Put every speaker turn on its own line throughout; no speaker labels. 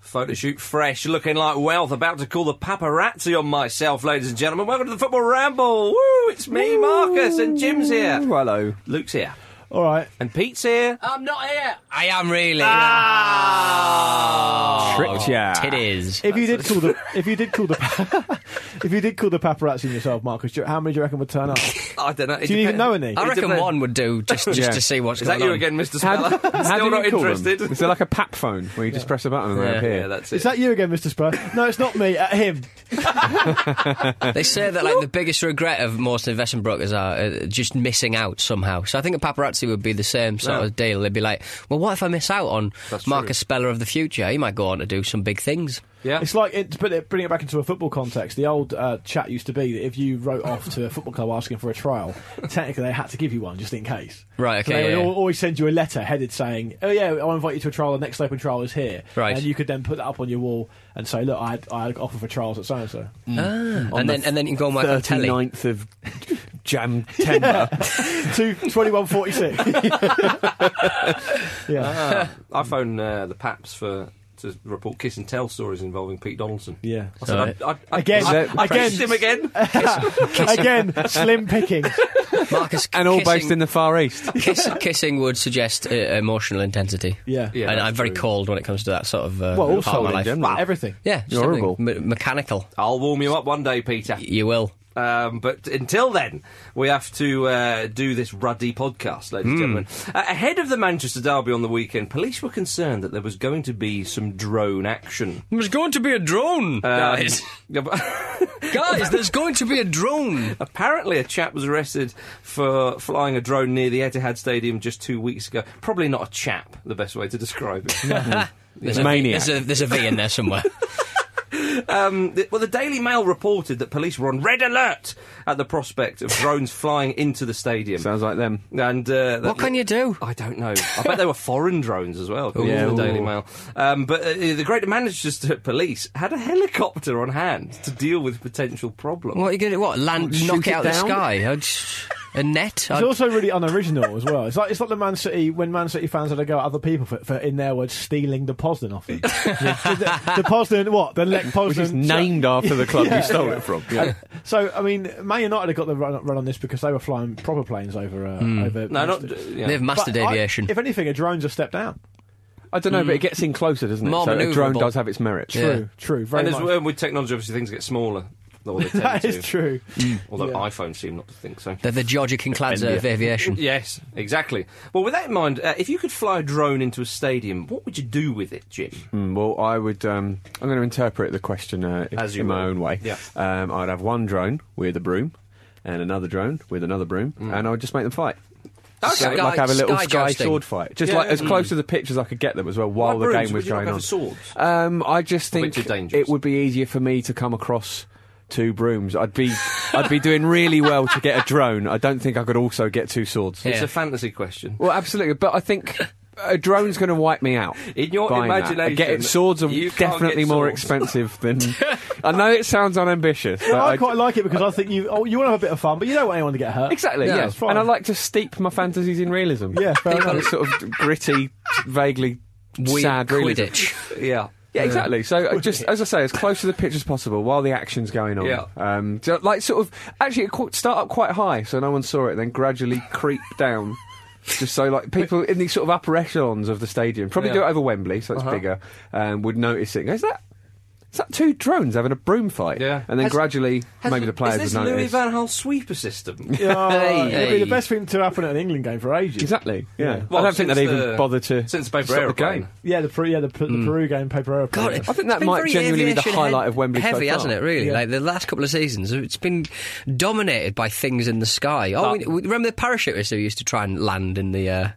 Photo shoot fresh, looking like wealth, about to call the paparazzi on myself, ladies and gentlemen. Welcome to the Football Ramble. Woo, it's me, Marcus, and Jim's here.
Hello.
Luke's here.
All right.
And Pete's here.
I'm not here. Ah.
I am really.
Ah.
Oh. Tricked ya.
Oh,
Titties.
If you did call the if you did call the pa- if you did call the paparazzi yourself, Marcus, do you- how many do you reckon would turn up?
I don't know.
Do you even know any?
I
It
reckon
depends.
one would do just, just
Yeah.
to see what's
Is
going
that you
on.
again, Mr.
How,
Speller?
how do
Still
you
not
call
interested.
Them? Is there like a pap phone where you just press a button and
Yeah.
they appear?
yeah, that's
Is
it.
that you again, Mr. Spur? No, it's not me. At him.
They say that like the biggest regret of most investment brokers are uh, just missing out somehow. So I think a paparazzi would be the same sort
Yeah.
of deal. They'd be like, "Well, what if I miss out on Marcus Speller of the future? He might go on to do some big things."
Yeah.
It's like it, to put it, bring it back into a football context. The old uh, chat used to be that if you wrote off to a football club asking for a trial, technically they had to give you one just in case.
Right,
So
okay,
they
yeah,
would
yeah.
al- always send you a letter headed saying, "Oh yeah, I'll invite you to a trial. The next open trial is here."
Right.
And you could then put that up on your wall and say, "Look, I had, I had an offer for trials at so and so."
and then and then you can go on Michael Telly.
39th of Jam Tender.
Two twenty one forty six. Yeah.
Ah, I phoned uh, the Paps for to report kiss and tell stories involving Pete Donaldson.
Yeah.
I said, I, I, I,
Again,
I, I
again.
kissed him again.
Again, slim picking.
Marcus
and all based in
kissing-
the Far East.
kiss, kissing would suggest uh, emotional intensity.
Yeah.
Yeah,
and
that's
I'm very
true.
cold when it comes to that sort of uh,
Well, all
part of
sold
my
in
life.
general.
Everything.
Yeah, just
You're
something
horrible.
me- mechanical.
I'll warm you up one day, Peter.
You will.
Um, but until then, we have to uh, do this ruddy podcast, ladies
Hmm.
and gentlemen. Uh, ahead of the Manchester Derby on the weekend, police were concerned that there was going to be some drone action. Um,
There's going to be a drone, guys.
Yeah, but-
guys, there's going to be a drone.
Apparently, a chap was arrested for flying a drone near the Etihad Stadium just two weeks ago. Probably not a chap, the best way to describe it.
There's
Maniac.
A, there's, a, there's a V in there somewhere.
Um, th- well, the Daily Mail reported that police were on red alert at the prospect of drones flying into the stadium.
Sounds like them.
And uh,
What can you do?
I don't know. I bet they were foreign drones as well. according
Ooh.
to the
Yeah,
Daily
ooh.
Mail. Um, but uh, the Greater Manchester Police had a helicopter on hand to deal with potential problems.
What are you going to do? What, land,
Shoot
knock it
it
out of the
down?
sky? I'd just- A net?
It's
I'd-
also really unoriginal as well. It's like it's like the Man City when Man City fans had a go at other people for, for in their words, stealing the Posden off them. Yeah, the, the Posden, what the Lech Posden,
Which is named after the club
Yeah. Uh,
you stole it from. Yeah.
So I mean, Man United have got the run, run on this because they were flying proper planes over uh, over.
Hmm. No, not.
Manchester.
yeah.
They've mastered
But I-
aviation.
if anything, a drone's a step down.
I don't know, but it gets in closer, doesn't it?
More
so a drone
manoeuvrable.
does have its merits.
Yeah.
True, true, very
And as
much.
well, with technology, obviously things get smaller. Or they tend
that
to. Mm.
is true.
Although
Yeah.
iPhones seem not to think so.
They're the Georgia Kincladze of aviation.
Yes, exactly. Well, with that in mind, uh, if you could fly a drone into a stadium, what would you do with it, Jim?
Mm, well, I would. Um, I'm going to interpret the question uh,
As you
in my
will.
own way.
Yeah.
Um, I'd have one drone with a broom, and another drone with another broom,
Mm.
and I would just make them fight.
Oh,
Okay.
So,
Sky-
like have a little
sky
sky,
jousting.
sword fight, just
Yeah,
like as
mm.
close to the pitch as I could get them as well, while
Why
the
brooms?
game
Would
was
you not
going
go for
on.
swords?
Um, I just
Or a bit
think
too dangerous?
it would be easier for me to come across two brooms. I'd be, I'd be doing really well to get a drone. I don't think I could also get two swords.
It's
Yeah.
a fantasy question.
Well, absolutely, but I think a drone's going to wipe me out.
In your
buying that.
imagination,
Again, swords are
you can't
definitely
get
more
swords.
expensive than. I know it sounds unambitious, but
I
I-
quite like it because I think you oh, you want to have a bit of fun, but you don't want anyone to get hurt.
exactly.
Yeah,
Yeah,
it's fine.
and I like to steep my fantasies in realism.
Yeah, fair
Kind
enough.
of sort of gritty, vaguely
Weird
sad realism.
Quidditch.
yeah.
Yeah, exactly. So uh, just as I say, as close to the pitch as possible while the action's going on.
Yeah.
Um, so, like sort of actually it qu- start up quite high so no one saw it, then gradually creep down. Just so like people in the sort of upper echelons of the stadium probably
Yeah.
do it over Wembley, so it's bigger, um, would notice it. and go, Is that? Is that two drones having a broom fight?
Yeah.
And then
Has-
gradually, maybe the players
Is this
would
Louis
notice.
Van Gaal sweeper system?
Yeah,
Hey,
it'd Oh, be
hey.
the best thing to happen at an England game for ages.
Exactly. Yeah.
Well,
I don't think
since
they'd even
the-
bother to
since the paper
stop the
airplane.
game.
Yeah, the Peru, yeah, the, P- the Peru game, paper airplane.
God,
Mm. I think
it's
that
been
might
very
genuinely be the
aviation
highlight
head-
of Wembley so
Heavy,
far.
hasn't it? Really,
Yeah.
like the last couple of seasons, it's been dominated by things in the sky. Oh, we, we- remember the parachutists who used to try and land in the uh,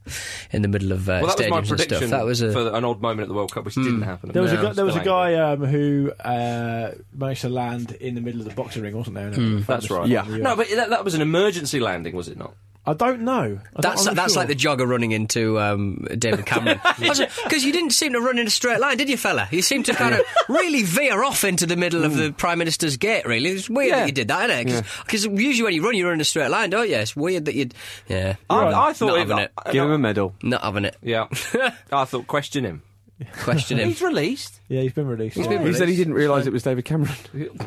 in the middle of uh,
Well, that was
stadiums
my
and stuff.
prediction
That was a Hmm.
for an odd moment at the World Cup, which didn't happen.
There was
No,
a guy, there was a
still angry.
guy um, who uh, managed to land in the middle of the boxing ring, wasn't there? And everyone
Hmm. That's right.
found this-
Mm, Yeah.
the US.
No, but that, that was an emergency landing, was it not?
I don't know. I
That's
don't,
that's like the jogger running into um, David Cameron because you didn't seem to run in a straight line, did you, fella? You seemed to kind of really veer off into the middle of
Mm.
the Prime Minister's gate. Really, it's weird that
Yeah.
you did that, isn't it? Because usually when you run, you run in a straight line, don't you? It's weird that you'd yeah.
I, I
Not
thought
having it.
Give him a medal.
Not having it.
Yeah, I thought question him.
Question him.
He's released.
yeah, he's been released.
been
Yeah.
He said he didn't realise it was David Cameron,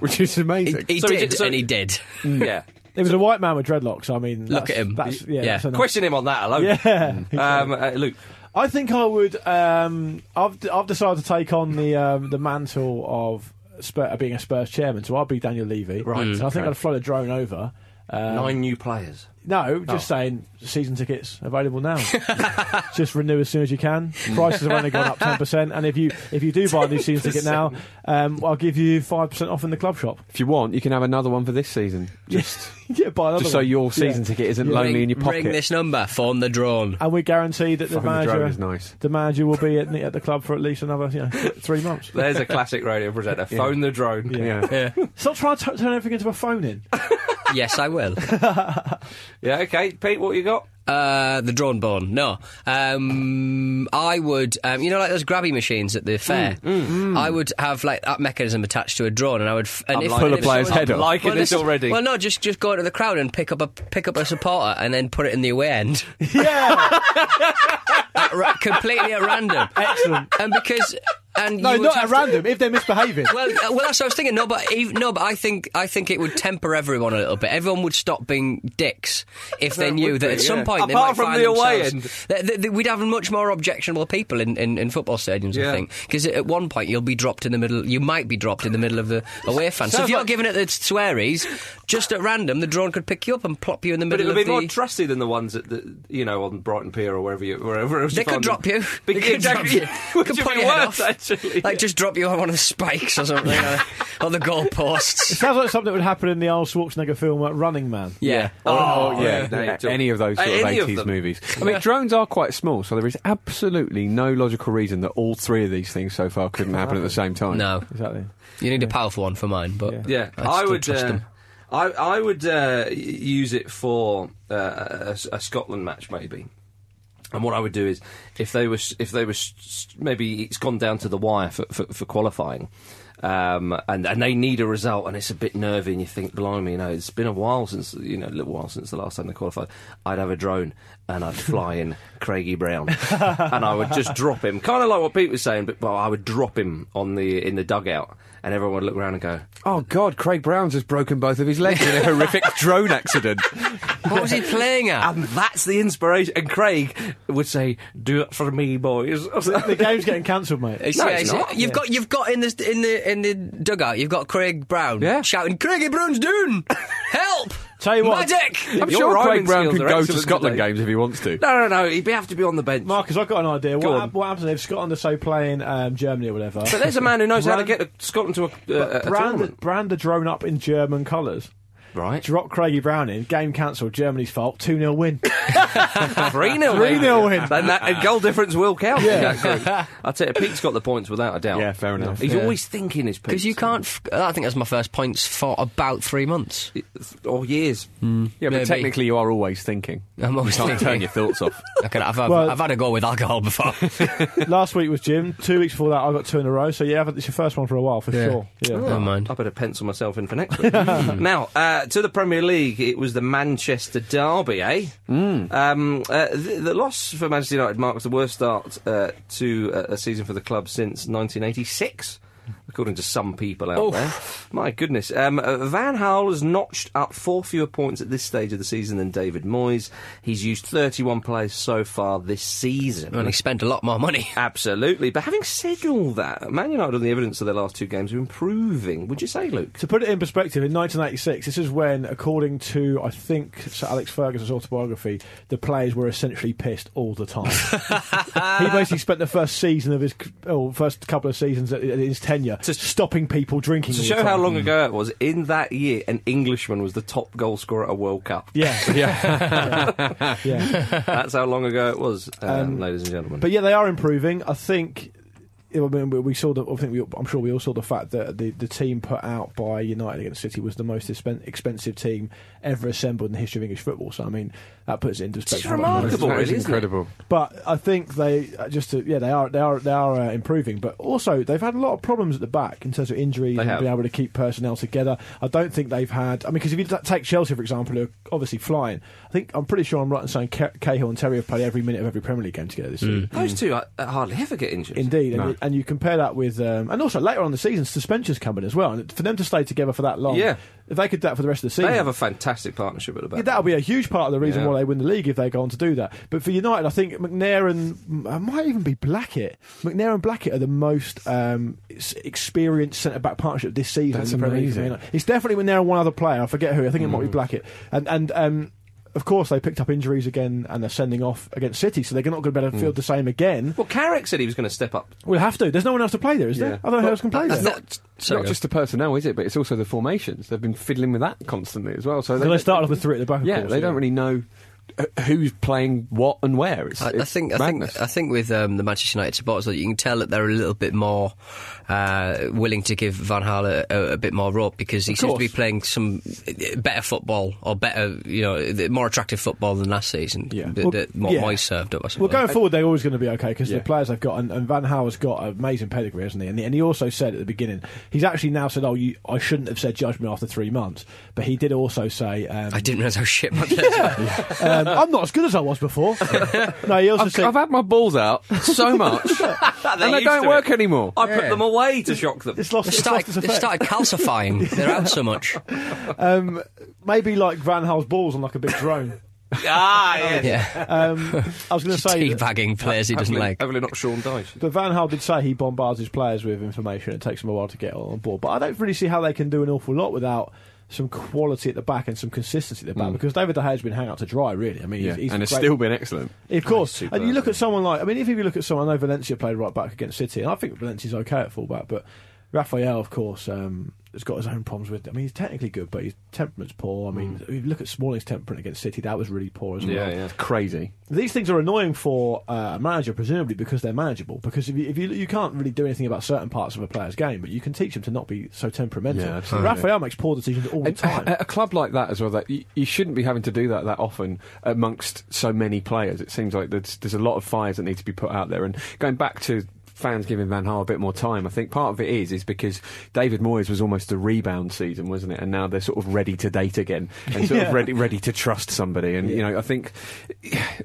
which is amazing.
He, he
So he
did,
did- so- Mm,
and he did.
yeah,
It was a white man with dreadlocks. I mean,
Look
that's-
at him.
That's, yeah,
Yeah.
that's enough.
question him on that alone.
Yeah.
Um, uh, Luke.
I think I would. Um, I've d- I've decided to take on the um, the mantle of Spur, uh, being a Spurs chairman, so I'll be Daniel Levy. Right. I think I'd fly a drone over. um,
Nine new players.
No, just saying season tickets available now. just renew as soon as you can. Prices have only gone up ten percent, and if you if you do buy a new season ticket now, um, I'll give you five percent off in the club shop.
If you want, you can have another one for this season. Just,
yeah, buy another
just so
one.
your season
Yeah.
ticket isn't
Yeah.
lonely in
Ring,
your pocket.
ring this number. Phone the drone.
And we guarantee that the
Fucking the
manager
drone is nice.
the manager will be at the, at the club for at least another you know, th- three months.
There's a classic radio presenter. Phone the drone.
Yeah.
Stop trying to t- turn everything into a phone in.
yes, I will.
Yeah, okay. Pete, what you got?
Uh, the drone bone. No, um, I would. Um, you know, like those grabby machines at the
Mm,
fair. I would have like that mechanism attached to a drone, and I would. F- and
I'm
if,
like-
Pull
and
a
if
player's
someone-
head off.
Liking
Well,
this already.
Well, no, just just go into the crowd and pick up a pick up a supporter, and then put it in the away end,
Yeah,
At ra- completely at random.
excellent.
And because and
No,
you would
not at
have to-
random. If they're misbehaving.
Well, uh, well, that's what I was thinking. No, but even, no, but I think I think it would temper everyone a little bit. Everyone would stop being dicks if they
That
knew
would
that
be,
at some
yeah.
point they
Apart
might
from
find
the away
themselves- Th- th- th- we'd have much more objectionable people in, in, in football stadiums. I
Yeah.
think because at one point you'll be dropped in the middle. You might be dropped in the middle of the away fans. So if
Sounds
you're
like-
giving it the swearies just at random, the drone could pick you up and plop you in the
But
middle
it would be
of the.
more trusty than the ones that, the, you know on Brighton Pier or wherever you wherever else
They
you find
could
them.
drop you.
Be-
They could drop
exactly.
you.
Which
Could
would
pull
be
your head
worse,
off.
Literally,
like just drop you on one of the spikes or something, or, or the goalposts.
Sounds like something that would happen in the Arnold Schwarzenegger film uh, Running Man.
Yeah.
Oh, yeah,
yeah.
a- any of those sort of
Any of
80s
them.
movies. I mean, drones are quite small, so there is absolutely no logical reason that all three of these things so far couldn't happen at the same time.
No,
Exactly.
you need a powerful one for mine, but
Yeah,
I'd
I
still
would.
trust
Uh,
them.
I I would uh, y- use it for uh, a, s- a Scotland match maybe. And what I would do is, if they were, s- if they were, s- s- maybe it's gone down to the wire for, for, for qualifying, um, and and they need a result, and it's a bit nervy, and you think, blimey, you know, it's been a while since, you know, a little while since the last time they qualified. I'd have a drone, and I'd fly in Craigie Brown, and I would just drop him, kind of like what Pete was saying, but well, I would drop him on the in the dugout, and everyone would look around and go,
Oh, God, Craig Brown's has broken both of his legs in a horrific drone accident.
What was he playing at?
And that's the inspiration. And Craig would say, "Do it for me, boys." Or
The
something.
game's getting cancelled, mate.
No,
Yeah,
it's
he's-
not.
You've got you've got in the in the in the dugout. You've got Craig Brown
Yeah.
shouting, "Craigie Brown's doing help,
Tell you what-
medic."
I'm
Your
sure Craig
rhyming
Brown
skills
could
are
go to
excellent
Scotland
today.
games if he wants to.
no, no, no. He'd be- have to be on the bench.
Marcus, I've got an idea.
Go
What,
on.
hap- what happens if Scotland are so playing um, Germany or whatever?
But there's a man who knows how to
Brand-
get a, Scotland to a, a, a
brand,
tournament.
brand the drone up in German colours.
Right,
Drop Craigie Brown in. Game cancelled. Germany's fault. 2 0 win.
three 0
3-0 win.
Then that and goal difference will count. Yeah. I tell you, Pete's got the points without a doubt.
Yeah, fair enough.
He's always thinking his
Because you can't. F- I think that's my first points for about three months.
or years.
Yeah, but
Mm. Maybe.
technically you are always thinking.
I'm always
Can't turn
thinking.
your thoughts off.
Okay, I've, I've,
Well-
I've had a go with alcohol before.
Last week was Jim. Two weeks before that, I got two in a row. So, yeah, it's your first one for a while, for
Yeah.
sure. Yeah.
Oh.
Oh. Um,
Never mind.
I better pencil myself in for next week. now, uh, to the Premier League, it was the Manchester Derby, eh? Um, uh, the, the loss for Manchester United marks the worst start uh, to uh, a season for the club since 1986. According to some people out there. My goodness. Um, uh, Van Gaal has notched up four fewer points at this stage of the season than David Moyes. He's used 31 players so far this season.
and he spent a lot more money.
Absolutely. But having said all that, Man United on the evidence of their last two games are improving. Would you say, Luke?
To put it in perspective, in 1986, this is when, according to I think Sir Alex Ferguson's autobiography, the players were essentially pissed all the time. he basically spent the first season of his, c- or first couple of seasons at, at his tenure, stopping people drinking.
To
all the
show how
time. Mm.
long ago it was, in that year, an Englishman was the top goal scorer at a World Cup.
Yeah, yeah, yeah.
That's how long ago it was, um, ladies and gentlemen.
But yeah, they are improving. I think. I mean, we- we saw the. I think we, I'm sure we all saw the fact that the, the team put out by United against City was the most expen- expensive team ever assembled in the history of English football. So I mean, that puts it into perspective. how much money-
remarkable,
That is
really, isn't it?
incredible.
But I think they uh, just to, yeah they are they are they are uh, improving. But also they've had a lot of problems at the back in terms of injuries
They
and
have.
being able to keep personnel together. I don't think they've had. I mean, because if you t- take Chelsea for example, who are obviously flying. I think I'm pretty sure I'm right in saying Ca- Cahill and Terry have played every minute of every Premier League game together this season.
Hmm.
Those two uh, hardly ever get injured.
Indeed, and, you, and you compare that with, um, and also later on in the season, suspensions come in as well. And for them to stay together for that long,
Yeah.
if they could do that for the rest of the season,
They have a fantastic partnership at the back.
yeah, that'll be a huge part of the reason
Yeah.
why they win the league if they go on to do that. But for United, I think McNair and mm, I might even be Blackett. McNair and Blackett are the most um, s- experienced centre back partnership this season.
That's
in the Premier League for
amazing. Hmm.
United. It's definitely McNair and one other player. I forget who. I think it might be Blackett. And and um, of course they picked up injuries again and they're sending off against City, so they're not going to be able to
Hmm.
field the same again.
well, Carrick said he was going to step up.
We'll have to. There's no one else to play there, is there?
Yeah.
I don't know who else can play there.
It's not, it's not just the personnel, is it? But it's also the formations. They've been fiddling with that constantly as well. So
Because they started off with three at the back. Of
Yeah,
course,
they don't really know uh, who's playing what and where. It's,
I, I
it's
think I think
madness.
I think with um, the Manchester United supporters, you can tell that they're a little bit more uh, willing to give Van Gaal a, a, a bit more rope because he seems to be playing some uh, better football or better, you know, the more attractive football than last season.
Yeah.
that,
Well,
that what
yeah.
Moyes served up. I
Well,
suppose.
going forward, they're always going to be okay because
Yeah.
the players they've got, and, and Van Howard's got an amazing pedigree, hasn't he? And, he? and he also said at the beginning, he's actually now said, "Oh, you, I shouldn't have said judgment after three months," but he did also say, um,
I didn't realise how shit my players were.
um, "I'm not as good as I was before." no, he also
I've,
said.
I've had my balls out so much, and they
They're used
don't
to
work
it.
anymore.
I put them away to shock them.
it's lost,
They
it's lost
started,
its
they
effect.
started calcifying. They're out so much.
Um, maybe like Van Hal's balls on like a big drone.
ah, yes.
Yeah,
Um, I was going to say, that-
teabagging players he doesn't
Hopefully,
like.
hopefully not Sean Dyche.
but Van Hal did say he bombards his players with information. It takes them a while to get on board, but I don't really see how they can do an awful lot without some quality at the back and some consistency at the back because David De Gea has been hung out to dry, really. I mean,
Mm. Yeah,
he's, he's
and it's
great-
still been excellent.
Of course.
Superb.
and you look at someone like, I mean, if you look at someone, I know Valencia played right back against City, and I think Valencia's okay at full back, but Raphael, of course, um, has got his own problems with. I mean, he's technically good, but his temperament's poor. I
Mm.
mean, if you look at Smalling's temperament against City, that was really poor as well.
Yeah, yeah.
crazy.
These things are annoying for uh, a manager, presumably because they're manageable. Because if you, if you you can't really do anything about certain parts of a player's game, but you can teach them to not be so temperamental.
Yeah, absolutely. uh,
Raphael makes poor decisions all the
At,
time.
at a club like that as well, that you, you shouldn't be having to do that that often amongst so many players. It seems like there's, there's a lot of fires that need to be put out there. And going back to fans giving Van Gaal a bit more time, I think part of it is is because David Moyes was almost a rebound season, wasn't it? And now they're sort of ready to date again and sort
Yeah.
of ready ready to trust somebody. And you know, I think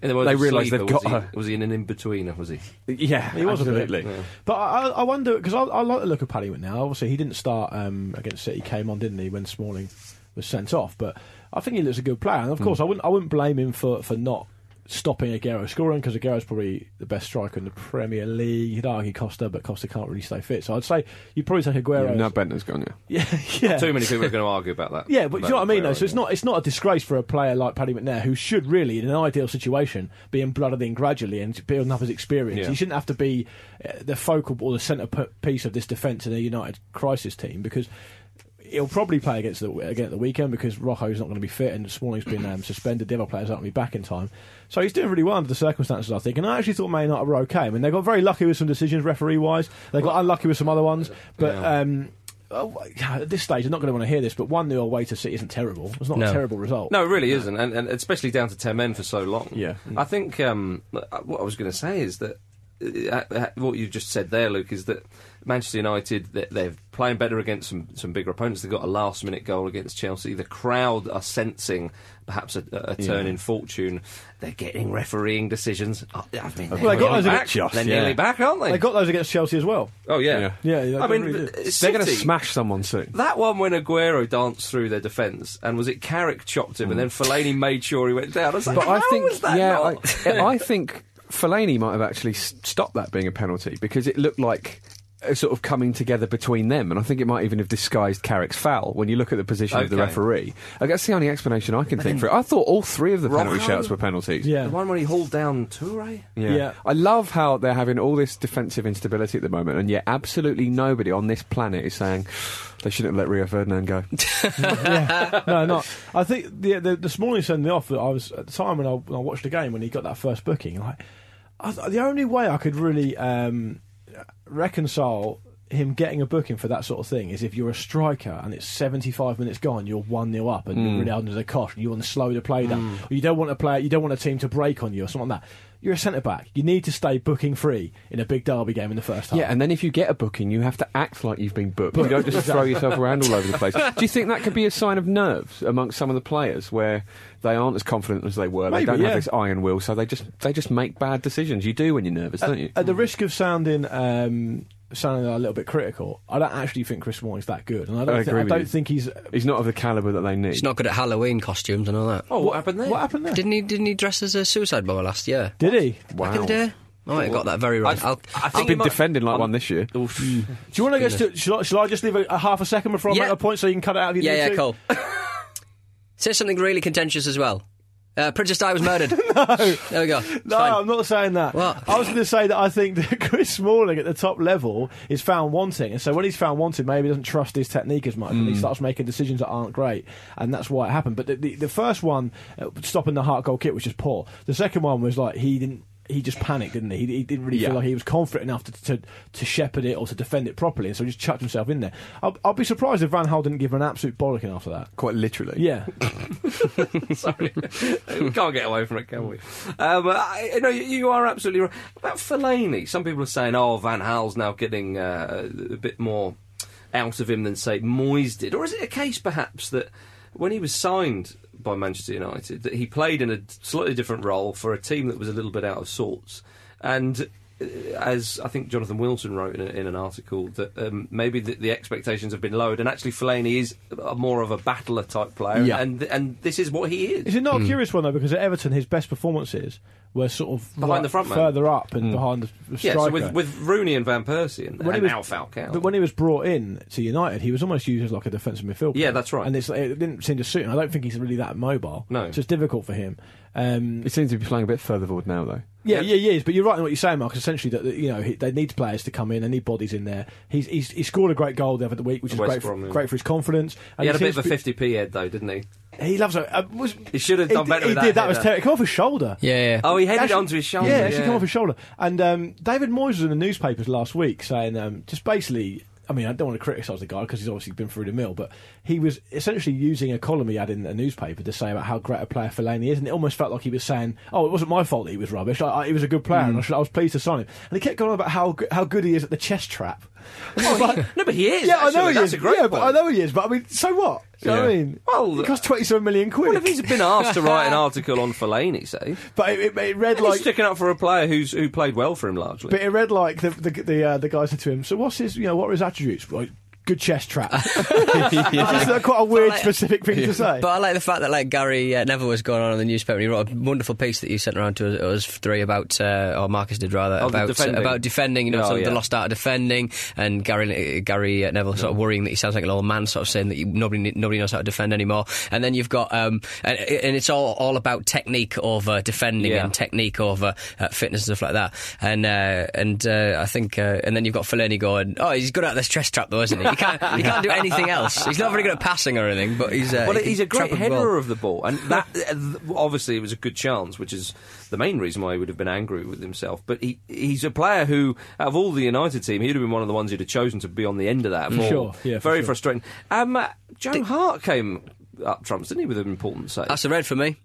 In the words
they
of
realise
Sleeper,
they've
was
got
he-
her.
Was he in an in betweener? Was he?
Yeah,
He was a bit.
absolutely.
But I, I- I wonder because I, I like the look of Paddy now. Obviously, he didn't start um, against City. Came on, didn't he, when Smalling was sent off? But I think he looks a good player.
Hmm.
And of course, I wouldn't. I wouldn't blame him for, for not stopping Aguero scoring because Aguero's probably the best striker in the Premier League. You'd argue Costa, but Costa can't really stay fit. So I'd say you would probably take Aguero.
Yeah,
as-
now Bentner's gone. Yeah.
yeah, yeah.
Too many people are going to argue about that.
Yeah, but do you know what I mean, though. So it's
Yeah.
not it's not a disgrace for a player like Paddy McNair who should really, in an ideal situation, be blooded in gradually and building up his experience.
Yeah.
He shouldn't have to be uh, the focal or the centre p- piece of this defence in a United crisis team because. He'll probably play against the again at the weekend because Rojo's not going to be fit and Smalling's been um, suspended. The other players aren't going to be back in time, so he's doing really well under the circumstances, I think. And I actually thought Man United were okay. I mean, they got very lucky with some decisions referee wise. They got unlucky with some other ones, but
Yeah.
um, Oh, at this stage, I'm not going to want to hear this, but one nil away to City isn't terrible. It's not a
No.
terrible result.
No, it really isn't, and, and especially down to ten men for so long.
Yeah.
I think um, what I was going to say is that uh, uh, what you've just said there, Luke, is that Manchester United they- they're playing better against some some bigger opponents. They got a last minute goal against Chelsea. The crowd are sensing perhaps a, a a turn in fortune. They're getting refereeing decisions. I I mean, they're,
Well, they got
nearly
those
back.
against Chelsea,
they're nearly
yeah.
back, aren't they?
They got those against Chelsea as well.
oh yeah,
Yeah, yeah,
I
they
mean,
really did.
but, uh,
They're going to
City-
smash someone soon.
that one when Aguero danced through their defence, and was it Carrick chopped him, and then Fellaini made sure he went down. I was like,
Mm. But
how
I think,
was that
yeah,
not?
I, I think Fellaini might have actually s- stopped that being a penalty because it looked like a sort of coming together between them, and I think it might even have disguised Carrick's foul when you look at the position of the
Okay.
referee. I guess that's the only explanation I can think for it. I thought all three of the penalty
Rojo?
shouts were penalties.
Yeah.
The one where he hauled down Toure?
Yeah.
Yeah.
I love how they're having all this defensive instability at the moment, and yet absolutely nobody on this planet is saying they shouldn't have let Rio Ferdinand go.
no, not. I think the, the, this morning sent me off. that I was at the time when I, when I watched the game when he got that first booking. Like, I, th- the only way I could really um, reconcile him getting a booking for that sort of thing is if you're a striker and it's 75 minutes gone, you're one 0 up and you're really under the cosh and you want to slow the play down. Or you don't want to play. You don't want a team to break on you or something like that. You're a centre back. You need to stay booking free in a big derby game in the first half.
Yeah, and then if you get a booking, you have to act like you've been booked. You don't just throw yourself around all over the place. Do you think that could be a sign of nerves amongst some of the players, where they aren't as confident as they were?
Maybe,
they don't
yeah.
have this iron will, so they just they just make bad decisions. You do when you're nervous, don't you? Hmm.
At the risk of sounding um, sounding a little bit critical, I don't actually think Chris Smalling's that good, and I don't,
I
thi-
agree
I
with
don't
you.
think he's.
He's not of the caliber that they need.
He's not good at Halloween costumes and all that.
Oh, what, happened there?
What happened there?
Didn't he? Didn't he dress as a suicide bomber last year?
Did he?
Back in the day? I might have got that very right. I'll,
I
I've
think
been
he might-
defending like
I'm-
one this year.
Oof.
Do you want to go? Stu- shall, I, shall I just leave a, a half a second before I
Yeah.
make a point so you can cut it out of your
yeah,
need
yeah,
to?
Cole. Say something really contentious as well. Uh, Princess Di was murdered. There we go. It's
No,
fine.
I'm not saying that.
What?
I was going to say that I think that Chris Smalling at the top level is found wanting, and so when he's found wanting, maybe he doesn't trust his technique as much, and
Hmm.
he starts making decisions that aren't great, and that's why it happened. But the, the, the first one, uh, stopping the heart goal kick, was just poor. The second one was like he didn't. He just panicked, didn't he? He, he didn't really
Yeah.
feel like he was confident enough to, to to shepherd it or to defend it properly, and so he just chucked himself in there. I'll, I'll be surprised if Van Hal didn't give him an absolute bollocking after that.
Quite literally.
Yeah,
Sorry. we can't get away from it, can we? Um, I, no, you, you are absolutely right. About Fellaini, some people are saying, oh, Van Hal's now getting uh, a bit more out of him than, say, Moyes did. Or is it a case, perhaps, that when he was signed by Manchester United, that he played in a slightly different role for a team that was a little bit out of sorts? And uh, as I think Jonathan Wilson wrote in, a, in an article, that um, maybe the, the expectations have been lowered, and actually Fellaini is a, more of a battler type player,
Yeah.
and and this is what he is.
Is it
Hmm.
not a curious one though? Because at Everton, his best performances were sort of
Behind
right-
the front man.
further up
Hmm.
and behind the the
Yeah,
striker.
so with, with Rooney and Van Persie and,
When he
and
was-
now Falcao.
But when he was brought in to United, he was almost used as like a defensive midfielder.
Yeah, that's right.
And it's, it didn't seem to suit him. I don't think he's really that mobile.
No.
so it's difficult for him. Um,
He seems to be playing a bit further forward now, though.
yeah, yeah, yeah, he is. But you're right in what you're saying, Mark. Essentially, that that, you know he, they need players to come in. They need bodies in there. He's, he's he scored a great goal the other week, which is
West
great, for,
Brom, yeah.
great for his confidence. And
he had a bit
seems
of a
to be-
50p head though, didn't he?
He loves it. Uh, was,
He should have done
he,
better
He
with that
did. That was
header.
terrible. It Come off his shoulder.
Yeah, yeah.
Oh, he headed
Actually-
onto his shoulder.
Yeah, actually come off his shoulder. And um, David Moyes was in the newspapers last week saying, um, just basically, I mean, I don't want to criticise the guy because he's obviously been through the mill, but he was essentially using a column he had in a newspaper to say about how great a player Fellaini is, and it almost felt like he was saying, "Oh, it wasn't my fault that he was rubbish. I, I, he was a good player,
Hmm.
and I, should, I was pleased to sign him." And he kept going on about how go- how good he is at the chess trap.
no, but he is,
Yeah, I know
actually.
he
That's
is.
a great
yeah, but I
point.
know he is. But I mean, so what? Do you know what I
Yeah.
mean?
Well,
it costs twenty-seven million quid.
Well, if he's been asked to write an article on Fellaini, say,
but it, it, it read
he's
like
sticking up for a player who's who played well for him largely.
But it read like the the the, uh, the guy said to him, "So what's his? You know, what are his attributes? Like, good chest trap." It's just, uh, quite a weird, specific thing to say.
But I like the fact that like Gary uh, Neville was going on in the newspaper. He wrote a wonderful piece that you sent around to us, us three about, uh, or Marcus did rather,
Oh, the
about
defending.
about defending. You know,
Oh,
sort of the
yeah.
lost art of defending, and Gary uh, Gary uh, Neville sort of worrying that he sounds like an old man, sort of saying that you, nobody kn- nobody knows how to defend anymore. And then you've got, um, and, and it's all all about technique over defending
Yeah.
and technique over uh, fitness and stuff like that. And uh, and uh, I think, uh, and then you've got Fellaini going, oh, he's good at this chest trap though, isn't he? He can't he can't do anything else. He's not very good at passing or anything, but he's uh,
well,
he can
he's a great
trap
header
well.
of the ball, and that uh, th- obviously it was a good chance, which is the main reason why he would have been angry with himself. But he he's a player who, out of all the United team, he'd have been one of the ones who'd have chosen to be on the end of that ball.
Mm. Sure, yeah, for
very
sure.
frustrating. Um, uh, Joe Hart came up trumps, didn't he, with an important save?
That's a red for me.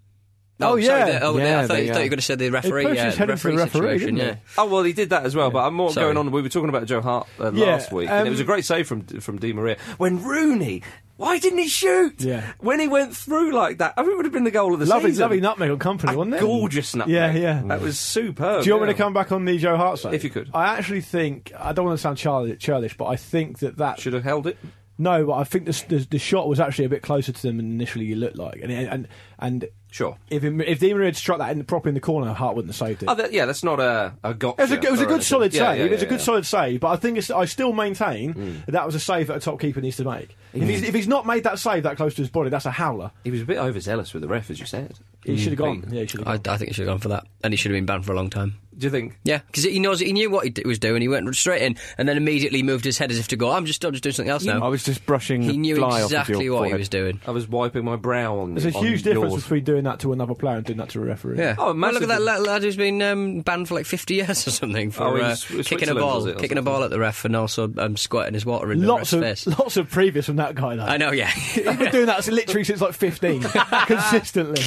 Oh,
sorry,
yeah.
the- oh, yeah,
Yeah,
I thought
they
you, thought
are.
you were going to say the
He
referee.
pushed
Yeah,
his head into the
referee
referee,
situation,
didn't he?
yeah.
Oh well, he did that as well. But I'm more
Sorry.
going on. We were talking about Joe Hart uh,
Yeah,
last week, and
um,
it was a great save from from Di Maria when Rooney. Why didn't he shoot?
Yeah.
When he went through like that, I mean, it would have been the goal of the
lovely,
season.
lovely nutmeg on company,
A
wasn't it?
Gorgeous nutmeg.
Yeah, yeah.
That was superb.
Do you want me
yeah.
to come back on the Joe Hart side?
If you could.
I actually think I don't want to sound churlish, churlish but I think that that
Should have held it.
no, but I think the, the the shot was actually a bit closer to them than initially you looked like, and and and
Sure.
if it, if Di Maria had struck that in, properly in the corner, Hart wouldn't have saved it.
Oh, that, yeah, that's not a a gotcha.
It was a, it was a
or
good
anything.
solid
Yeah,
save.
yeah,
it was a
yeah,
good
yeah.
solid save, but I think it's, I still maintain that, that was a save that a top keeper needs to make. If, he's, if he's not made that save that close to his body, that's a howler.
He was a bit overzealous with the ref, as you said.
He should have gone. Yeah, he should have
I,
gone.
I think he should have gone for that, and he should have been banned for a long time.
Do you think?
Yeah, because he knows he knew what he d- was doing. He went straight in, and then immediately moved his head as if to go, "I'm just, I'm just doing something else now."
I was just brushing
he
the
knew
fly off of
exactly
your
what
forehead.
he was doing.
I was wiping my brow on.
There's a
on
huge difference
yours.
between doing that to another player and doing that to a referee.
Hmm. Yeah.
Oh,
well, look
massive-
at that la- lad who's been um, banned for like 50 years or something for
Oh, in
uh,
Sw-
kicking a
Switzerland,
ball,
was it, or
kicking a
something?
ball at the ref, and also um, squirting his water in
Lots
the
of
ref's face.
lots of previous from that guy though.
I know, yeah.
He's been doing that literally since like 15, consistently.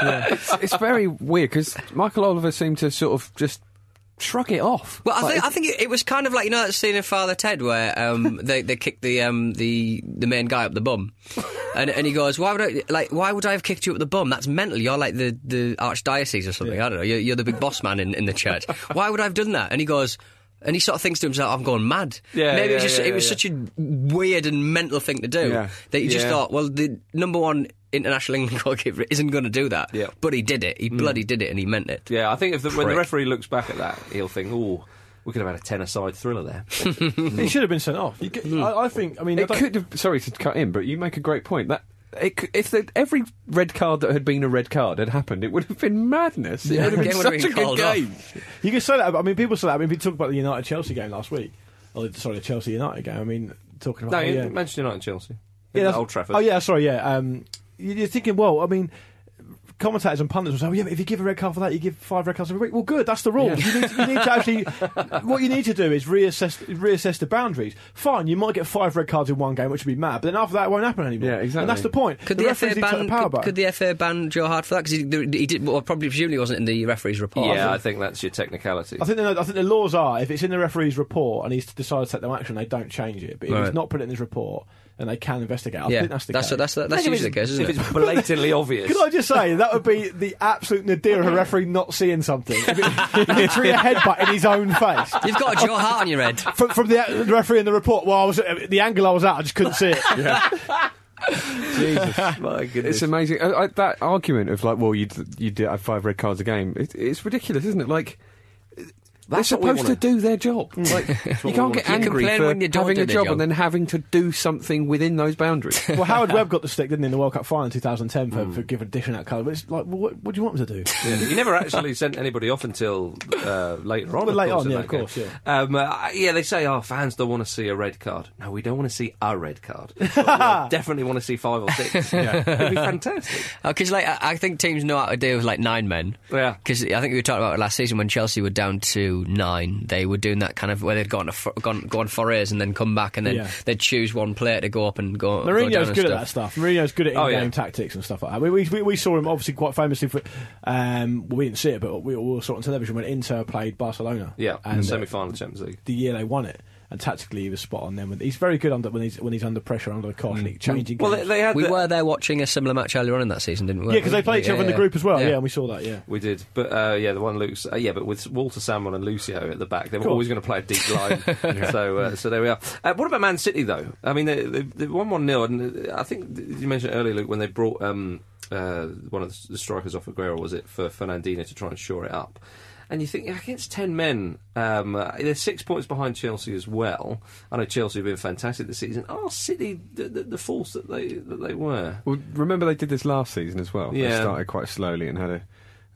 Yeah.
it's very weird because Michael Oliver seemed to sort of just shrug it off.
Well, I
Like,
think, I think it, it was kind of like you know that scene in Father Ted where um, they they kick the um, the the main guy up the bum, and and he goes, "Why would I like? Why would I have kicked you up the bum? That's mental. You're like the the archdiocese or something. I don't know. You're, you're the big boss man in, in the church. Why would I have done that?" And he goes. And he sort of thinks to himself, "I'm going mad."
Yeah,
Maybe it was
yeah,
just
yeah,
it was
yeah.
such a weird and mental thing to do
Yeah.
that he just
Yeah.
thought, "Well, the number one international England goalkeeper isn't going to do that."
Yeah. Mm.
But he did it. He bloody did it, and he meant it.
Yeah, I think if the, when the
Prick.
referee looks back at that, he'll think, "Oh, we could have had a ten-a-side thriller there."
he should have been sent off. You could- I, I think. I mean, I
it
don't-
could have. Sorry to cut in, but you make a great point. That it, c- if the, every red card that had been a red card had happened, it would have been madness. It would have been
Game would have
such
been
a good
called off.
game.
You can say that. But, I mean, people say that. I mean, we talked about the United Chelsea game last week. Oh, sorry, the Chelsea United game. I mean, talking
no,
about oh, yeah.
Manchester United, and Chelsea,
Yeah,
yeah,
that's-
Old Trafford.
Oh yeah, sorry, yeah. Um, you- you're thinking, well, I mean, commentators and pundits will say, oh, yeah, but if you give a red card for that, you give five red cards every week. Well, good, that's the rule. You, need, you need to actually, what you need to do is reassess reassess the boundaries. Fine, you might get five red cards in one game, which would be mad, but then after that, it won't happen anymore.
Yeah,
And that's
exactly.
the point.
Could
the,
the,
referees
FA
need to take
ban?
the power
Could,
back.
could the FA ban Joe Hard for that? Because he, there- he did. Well, probably presumably wasn't in the referee's report.
yeah, I think that's your technicality.
I think, the, I think the laws are if it's in the referee's report and he's decided to take no action, they don't change it. But if
Right.
it's not put in his report, and they can investigate. I
yeah,
think that's the
that's
case.
that's that's
Think if
usually the
it's-
case, isn't
if
it?
it's blatantly obvious.
Could I just say that would be the absolute nadir of a referee not seeing something? If it- Literally a headbutt in his own face.
You've got a Joe Hart on your head.
From, from the, the referee in the report, well, I was at, the angle I was at, I just couldn't see it.
Jesus,
My goodness.
it's amazing. I, I, that argument of like, well, you you do have five red cards a game. It, it's ridiculous, isn't it? Like.
That's
They're
what we
supposed to do
wanna-
their job.
Mm.
Like you
we
can't
wanna
get
do. You
angry
complain
for
when you don't
having
do
a
the
job,
job.
and then having to do something within those boundaries.
Well, Howard Webb got the stick, didn't he, in the World Cup final in 2010
Mm.
for, for giving dishing out colour. But it's like, well, what, what do you want him to do?
he never actually sent anybody off until uh, later on.
Well,
of
later
course,
on,
in
yeah,
that
of course,
game.
yeah.
Um, uh, yeah, they say, oh, fans don't want to see a red card. No, we don't want to see a red card. But we definitely want to see five or six. It'd be fantastic.
Because Uh, like I, I think teams know how to deal with like nine men.
Yeah.
Because I think we were talking about it last season when Chelsea were down to nine, they were doing that kind of where they'd gone to for, gone go on forays and then come back and then
Yeah.
they'd choose one player to go up and go. go down
Mourinho's
and
good at that
stuff.
stuff. Mourinho's good at in-game
Oh, yeah.
tactics and stuff like that. We, we, we- we saw him obviously quite famously for. Um, well, we didn't see it, but we all saw it on television when Inter played Barcelona.
Yeah,
and
and
uh,
semi-final Champions League.
the year they won it. And tactically, he was spot on. Then with, he's very good under when he's when he's under pressure, under the cosh, and he changing.
Mm. Well, they,
games.
they had.
We
the-
were there watching a similar match earlier on in that season, didn't we?
yeah, because they played each other in the
yeah.
group as well. Yeah. and we saw that. Yeah,
We did, but uh, yeah, the one Luke's. Uh, yeah, but with Walter Samuel and Lucio at the back, they were
Cool.
always going to play a deep line. So, uh, so there we are. Uh, what about Man City though? I mean, they, they, they won one 0 and uh, I think th- you mentioned earlier, Luke, when they brought um, uh, one of the strikers off Aguero, was it for Fernandinho to try and shore it up? And you think against ten men, um, uh, they're six points behind Chelsea as well. I know Chelsea have been fantastic this season. Are City the, the, the force that they that they were?
Well, remember they did this last season as well. They
Yeah.
started quite slowly and had a,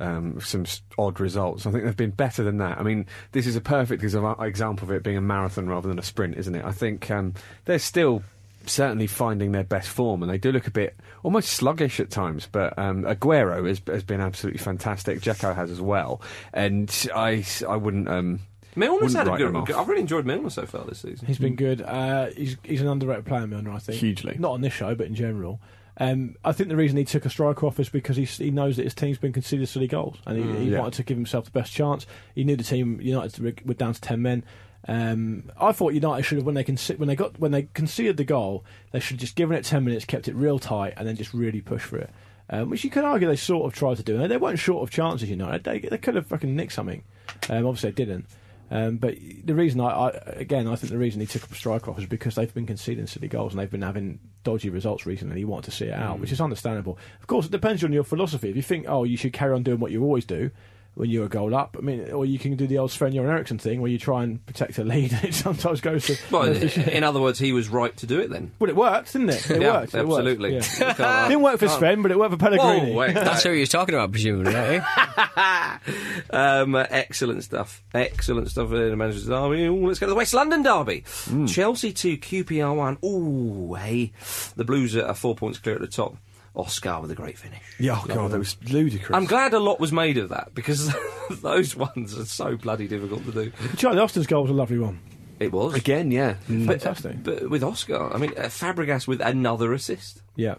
um, some s- odd results. I think they've been better than that. I mean, this is a perfect ex- example of it being a marathon rather than a sprint, isn't it? I think um, they're still certainly finding their best form and they do look a bit almost sluggish at times but um, Aguero has, has been absolutely fantastic Jacko has as well and I, s- I wouldn't um,
Milner's
wouldn't
had a
write
good.
them off.
I've really enjoyed Milner so far this season.
he's been good. Uh, he's he's an underrated player, Milner. I think
Hmm. Hugely.
Not on this show, but in general. Um, I think the reason he took a striker off is because he, he knows that his team's been conceded silly goals, and he, he
Hmm, yeah.
wanted to give himself the best chance. He knew the team United were- were down to ten men. Um, I thought United should have when they conce- when they got when they conceded the goal, they should have just given it ten minutes, kept it real tight, and then just really push for it. Um, which you could argue they sort of tried to do. They, they weren't short of chances, United. They, they could have fucking nicked something. Um, obviously, they didn't. Um, but the reason I, I, again, I think the reason he took up a strike off is because they've been conceding silly goals and they've been having dodgy results recently. He wanted to see it out,
Mm.
which is understandable. Of course, it depends on your philosophy. If you think, oh, you should carry on doing what you always do when you're a goal up, I mean, or you can do the old Sven Göran Eriksson thing where you try and protect a lead. and It sometimes goes to.
Well, in other words, he was right to do it then.
well, it worked, didn't it? It
Yeah,
worked. It worked,
absolutely.
yeah.
You can't lie.
Didn't work for Sven, but it worked for Pellegrini.
Whoa, wait.
That's who he was talking about, presumably. eh? Right?
um, uh, excellent stuff. Excellent stuff in the Manchester Derby. Ooh, let's go to the West London Derby.
Hmm.
Chelsea 2, QPR 1. Ooh, hey. The Blues are are four points clear at the top. Oscar with a great finish.
yeah, oh god that was ludicrous
I'm glad a lot was made of that because those ones are so bloody difficult to do.
Charlie Austin's goal was a lovely one.
It was. Mm.
again yeah
But,
Fantastic.
but with Oscar, I mean, uh, Fabregas with another assist.
Yeah.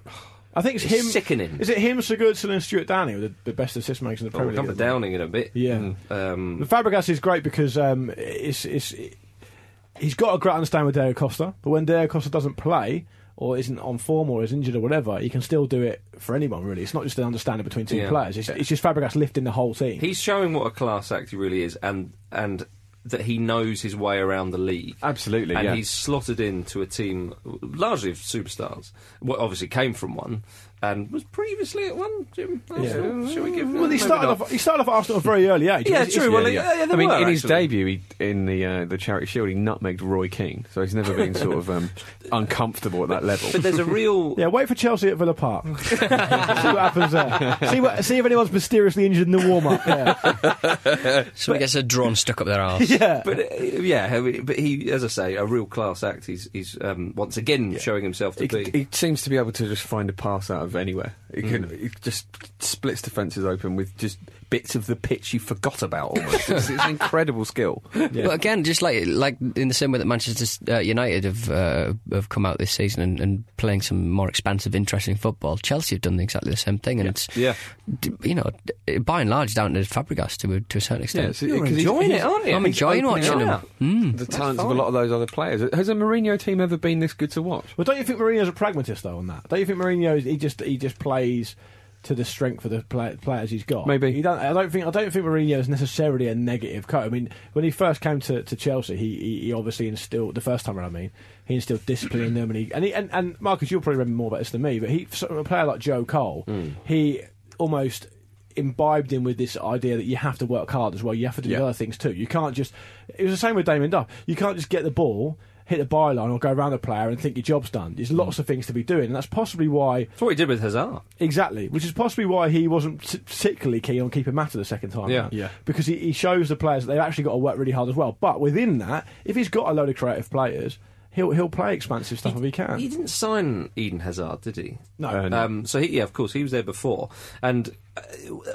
I think it's,
It's
him.
sickening.
Is it him, Sir Goodson, and Stuart Downing, are the, the best assist makers in the
Oh,
Premier
we'll
League?
come to
at the moment?
Downing in a bit.
Yeah.
Um,
But Fabregas is great because um, it's, it's, he's got a great understanding with Diego Costa, but when Diego Costa doesn't play or isn't on form or is injured or whatever, he can still do it for anyone, really. It's not just an understanding between two
Yeah.
players, it's, it's just Fabregas lifting the whole team.
He's showing what a class act he really is, and and that he knows his way around the league.
Absolutely,
and
yeah.
he's slotted into a team largely of superstars. Well, obviously came from one and was previously at one. Jim, Arsenal. Shall we give?
well, he
maybe
started,
not.
off, he started off at Arsenal at a very early age.
Yeah,
It's-
true.
it's-
Well, yeah, yeah, they
I mean,
were,
in his
actually.
debut, he, in the uh, the Charity Shield, he nutmegged Roy Keane, so he's never been sort of um, uncomfortable at that level.
But there's a real.
Yeah, wait for Chelsea at Villa Park. see what happens there. See, what, see if anyone's mysteriously injured in the warm up. Yeah.
Somebody gets a drone stuck up their arse.
yeah.
But uh, yeah, he- but he, as I say, a real class act. He's, he's um, once again showing himself to
he,
be.
he seems to be
Mm.
able to just find a pass out of anywhere. He can he just splits defences open with just bits of the pitch you forgot about. Almost. it's, it's an incredible skill.
But again, just like like in the same way that Manchester uh, United have uh, have come out this season and, and playing some more expansive, interesting football, Chelsea have done exactly the same thing, and it's
Yeah.
d- you know d- by and large down to Fabregas to a, to a certain
Yeah,
extent.
it's- it- 'cause he's-
enjoying
he's-
it, aren't you?
I'm enjoying
Opening
watching
it
him.
up.
Mm.
The talents of a lot of those other players. Has a Mourinho team ever been this good to watch?
Well, don't you think Mourinho's a pragmatist though on that? Don't you think Mourinho is- he just he just plays to the strength of the play, players he's got?
Maybe.
You don't, I don't think I don't think Mourinho is necessarily a negative coach. I mean, when he first came to, to Chelsea, he, he he obviously instilled the first time around. I mean, he instilled discipline in them, and he and, he, and, and Marcus, you'll probably remember more about this than me, but he sort of a player like Joe Cole, he almost imbibed him with this idea that you have to work hard as well. You have to do
Yeah.
other things too. You can't just. It was the same with Damien Duff. You can't just get the ball, hit the byline, or go around a player and think your job's done. There's lots of things to be doing, and that's possibly why
That's what he did with Hazard.
exactly, which is possibly why he wasn't t- particularly keen on keeping Matter the second time.
Yeah.
round.
Yeah.
because he, he shows the players that they've actually got to work really hard as well. But within that, if he's got a load of creative players. He'll, he'll play expansive stuff if he can.
He didn't sign Eden Hazard, did he?
No.
Uh, no.
Um, so he, yeah, of course, he was there before, and uh,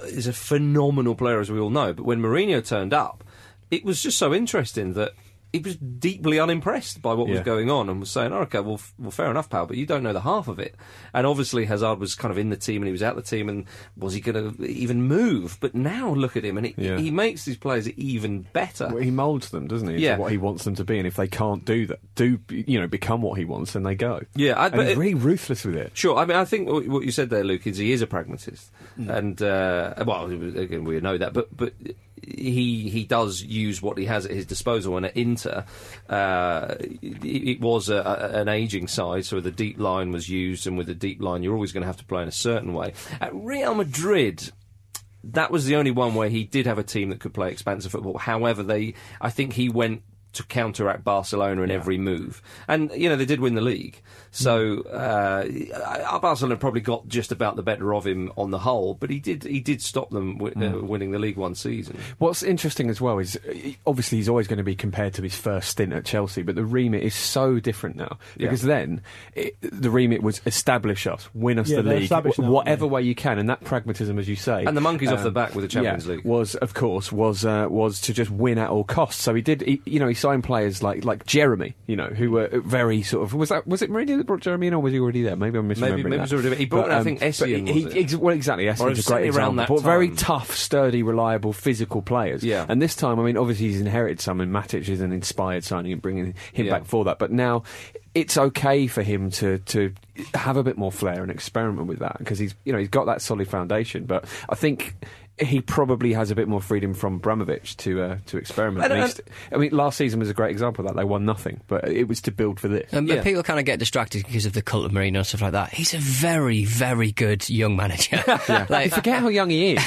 is a phenomenal player as we all know. But when Mourinho turned up, it was just so interesting that he was deeply unimpressed by what was
Yeah.
going on and was saying, oh, "Okay, well, f- well, fair enough, pal, but you don't know the half of it." And obviously, Hazard was kind of in the team and he was out the team, and was he going to even move? But now look at him, and he,
Yeah.
he makes these players even better.
Well, he moulds them, doesn't he? into
Yeah.
what he wants them to be, and if they can't do that, do you know become what he wants, then they go.
Yeah, I-
and
but
he's
it-
really ruthless with it.
Sure, I mean, I think what what you said there, Luke, is he is a pragmatist, and uh, well, again, we know that, but but he he does use what he has at his disposal. And at Inter, uh, it, it was a, a, an aging side, so the deep line was used, and with the deep line, you're always going to have to play in a certain way. At Real Madrid, that was the only one where he did have a team that could play expansive football. However, they, I think he went to counteract Barcelona in every move, and you know they did win the league. So uh, uh, Barcelona probably got just about the better of him on the whole, but he did he did stop them wi-
Mm.
uh, winning the league one season.
What's interesting as well is uh, obviously he's always going to be compared to his first stint at Chelsea, but the remit is so different now because then it, the remit was establish us, win us
Yeah,
the
they're
league,
established now,
whatever
yeah.
way you can, and that pragmatism, as you say, um,
And the monkeys off the back with the Champions
yeah,
League.
was of course was uh, was to just win at all costs. So he did, he, you know, he signed players like like Jeremy, you know, who were very sort of was that was it Mourinho that brought Jeremy in, or was he already there? Maybe I'm misremembering.
Maybe- maybe it was
that.
already- he brought in, I think,
but um,
Essien,
he-
was
he-
it?
ex- well, exactly. Essien's a great
certainly around
example.
that
but very
time.
tough, sturdy, reliable, physical players.
Yeah.
And this time, I mean, obviously he's inherited some, and Matic is an inspired signing and bringing him
Yeah.
back for that. But now it's okay for him to to have a bit more flair and experiment with that because he's you know he's got that solid foundation. But I think. He probably has a bit more freedom from Bramovich to uh, to experiment.
And-
And
and-
he's- I mean, last season was a great example of that. They won nothing, but it was to build for this.
And,
Yeah.
but people kind of get distracted because of the cult of Mourinho and stuff like that. He's a very, very good young manager.
you
like,
forget how young he is.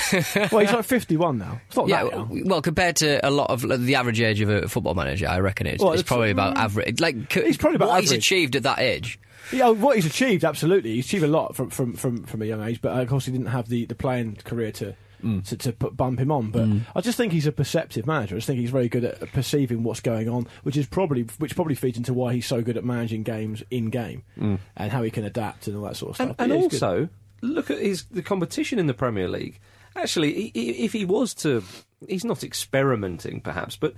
well, he's like 51 now. It's not
yeah,
that young.
w- well, compared to a lot of like, the average age of a football manager, I reckon it's,
Well,
it's
it's-
probably about average. Like, c-
It's probably about
what he's
average.
achieved at that age.
Yeah, what he's achieved, absolutely. He's achieved a lot from, from, from, from a young age, but uh, of course he didn't have the, the playing career to,
Mm.
to, to put, bump him on. But I just think he's a perceptive manager. I just think he's very good at perceiving what's going on, which is probably which probably feeds into why he's so good at managing games in game
Mm.
and how he can adapt and all that sort of stuff.
And,
But
and
yeah, he's good.
also, look at his the competition in the Premier League. Actually, i- i- if he was to, he's not experimenting, perhaps, but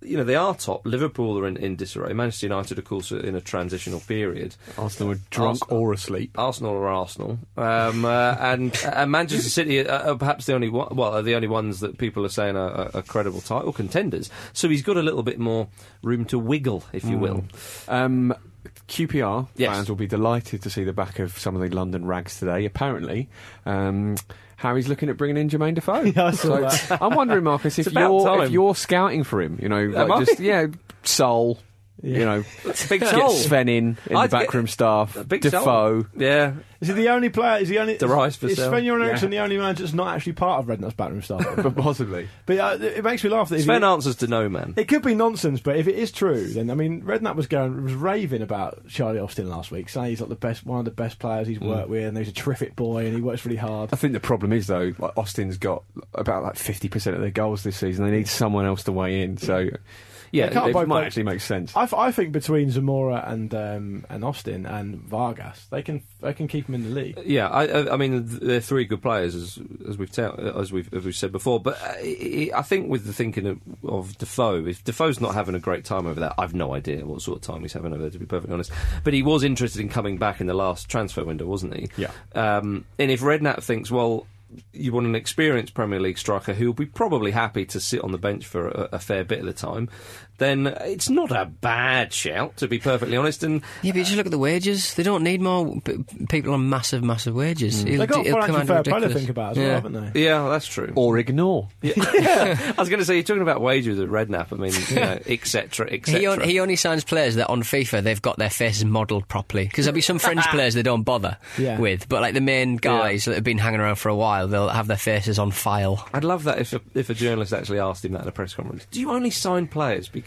you know they are top. Liverpool are in, in disarray. Manchester United, of course, are in a transitional period.
Arsenal were drunk
Arsenal.
or asleep.
Arsenal are Arsenal, um, uh, and, and Manchester City are, are perhaps the only one, well, are the only ones that people are saying are, are, are credible title contenders. So he's got a little bit more room to wiggle, if you will.
Um, QPR
Yes.
fans will be delighted to see the back of some of the London rags today. Apparently, um, Harry's looking at bringing in Jermaine Defoe.
I saw
So I'm wondering, Marcus, if
about
you're
time.
if you're scouting for him, you know,
I?
like just yeah, Sol, you know,
Big
get
Sol.
Sven in in
I'd
the
get-
backroom staff,
Big Sol.
Defoe.
Yeah,
Is he the only player? Is he only?
The rice for
is
sale.
Sven-Göran Eriksson the only manager that's not actually part of Redknapp's backroom staff?
But possibly,
but uh, it makes me laugh that if
Sven
he,
answers to no man.
It could be nonsense, but if it is true, then I mean, Redknapp was going was raving about Charlie Austin last week, saying he's like the best, one of the best players
Mm.
he's worked with, and he's a terrific boy, and he works really hard.
I think the problem is though, like Austin's got about like fifty percent of their goals this season. They need someone else to weigh in. So
Yeah,
They can't
they
both
might
play-
actually make sense.
I, th- I think between Zamora and um, and Austin and Vargas, they can they can keep him in the league.
Yeah, I, I, I mean, th- they're three good players, as as we've tell, as we've as we've said before. But uh, I, I think with the thinking of, of Defoe, if Defoe's not having a great time over there, I've no idea what sort of time he's having over there. To be perfectly honest, but he was interested in coming back in the last transfer window, wasn't he?
Yeah.
Um, and if Redknapp thinks, well, you want an experienced Premier League striker who will be probably happy to sit on the bench for a, a fair bit of the time, then it's not a bad shout, to be perfectly honest. And
Yeah, but you just look at the wages. They don't need more p- people on massive, massive wages. It'll,
They Mm. got
it'll come
financial
out
fair play to
ridiculous.
think about as
Yeah.
well, haven't they?
yeah, that's true.
or ignore.
Yeah. I was going to say, you're talking about wages at Redknapp. I mean, you know, et cetera, et
He, on,
cetera.
he only signs players that on FIFA they've got their faces modelled properly because there'll be some fringe players they don't bother
Yeah.
with, but like the main guys that have been hanging around for a while, they'll have their faces on file.
I'd love that if a, if a journalist actually asked him that in a press conference. Do you only sign players because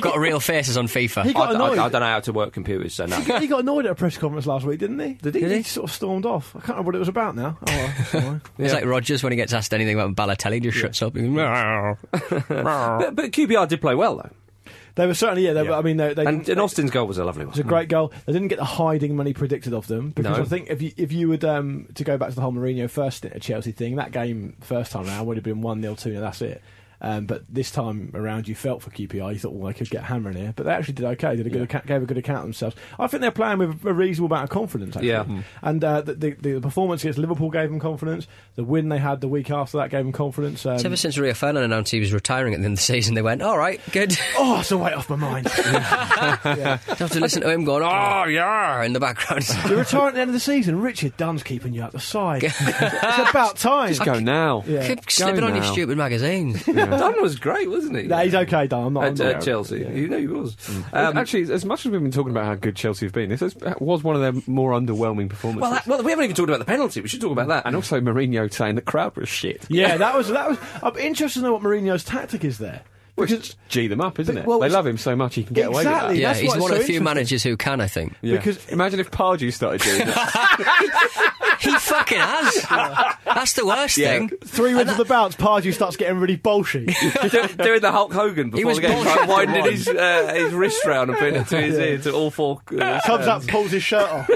got real faces on
He
FIFA?
I,
got
I- I don't
annoyed.
know how to work computers, so no.
he got annoyed at a press conference last week, didn't he? Did
he?
He sort of stormed off. I can't remember what it was about now. Oh, well, that's all right.
It's like Rogers when he gets asked anything about Balotelli, just shuts up. And
but, but QPR did play well though,
they were certainly yeah. They were, I mean, they, they
and,
didn't-
and Austin's goal was a lovely one.
It's a great goal. They didn't get the hiding money predicted of them because
No.
I think if you if you would um, to go back to the whole Mourinho first stint at Chelsea thing, that game first time round would have been one 0 two 0 that's it. Um, but this time around, you felt for QPR. You thought, well, they could get hammering here, but they actually did okay. Did a good account, gave a good account of themselves. I think they're playing with a reasonable amount of confidence. Actually.
Yeah. Mm.
and uh, the, the the performance against Liverpool gave them confidence. The win they had the week after that gave them confidence. Um,
ever since Rio Ferdinand announced he was retiring at the end of the season, they went, "All right, good."
oh, it's a weight off my mind.
You have to listen to him going, "Oh yeah," in the background.
You're retiring at the end of the season. Richard Dunn's keeping you out the side. it's about time.
Just go now.
Yeah.
Keep slipping
Go
on your
now.
stupid magazine.
Dunn was great, wasn't he?
No, he's okay, Dan. I'm not. I'm
At,
not-
at Chelsea, you know he was.
Mm.
Um,
uh, Actually, as much as we've been talking about how good Chelsea have been, this is- was one of their more underwhelming performances.
well, that, well, we haven't even talked about the penalty. We should talk about that.
and also Mourinho saying the crowd was shit.
Yeah, that was that was. I'm interested to know what Mourinho's tactic is there.
Which is G them up, isn't
But-
it?
well,
they
it's-
love him so much he can get away with
Exactly.
that.
Yeah,
That's
he's
why it's
one of
so
the few
interesting.
managers who can, I think.
Because-
Because imagine if Pardew started doing that.
He fucking has. That's the worst
Yeah.
thing.
Three wins of the bounce, Pardew starts getting really bolshy.
Do- doing the Hulk Hogan before
was
the game,
bullshit.
winding his, uh, his wrist round and putting it to his ear to all four. Uh,
Comes up, pulls his shirt off.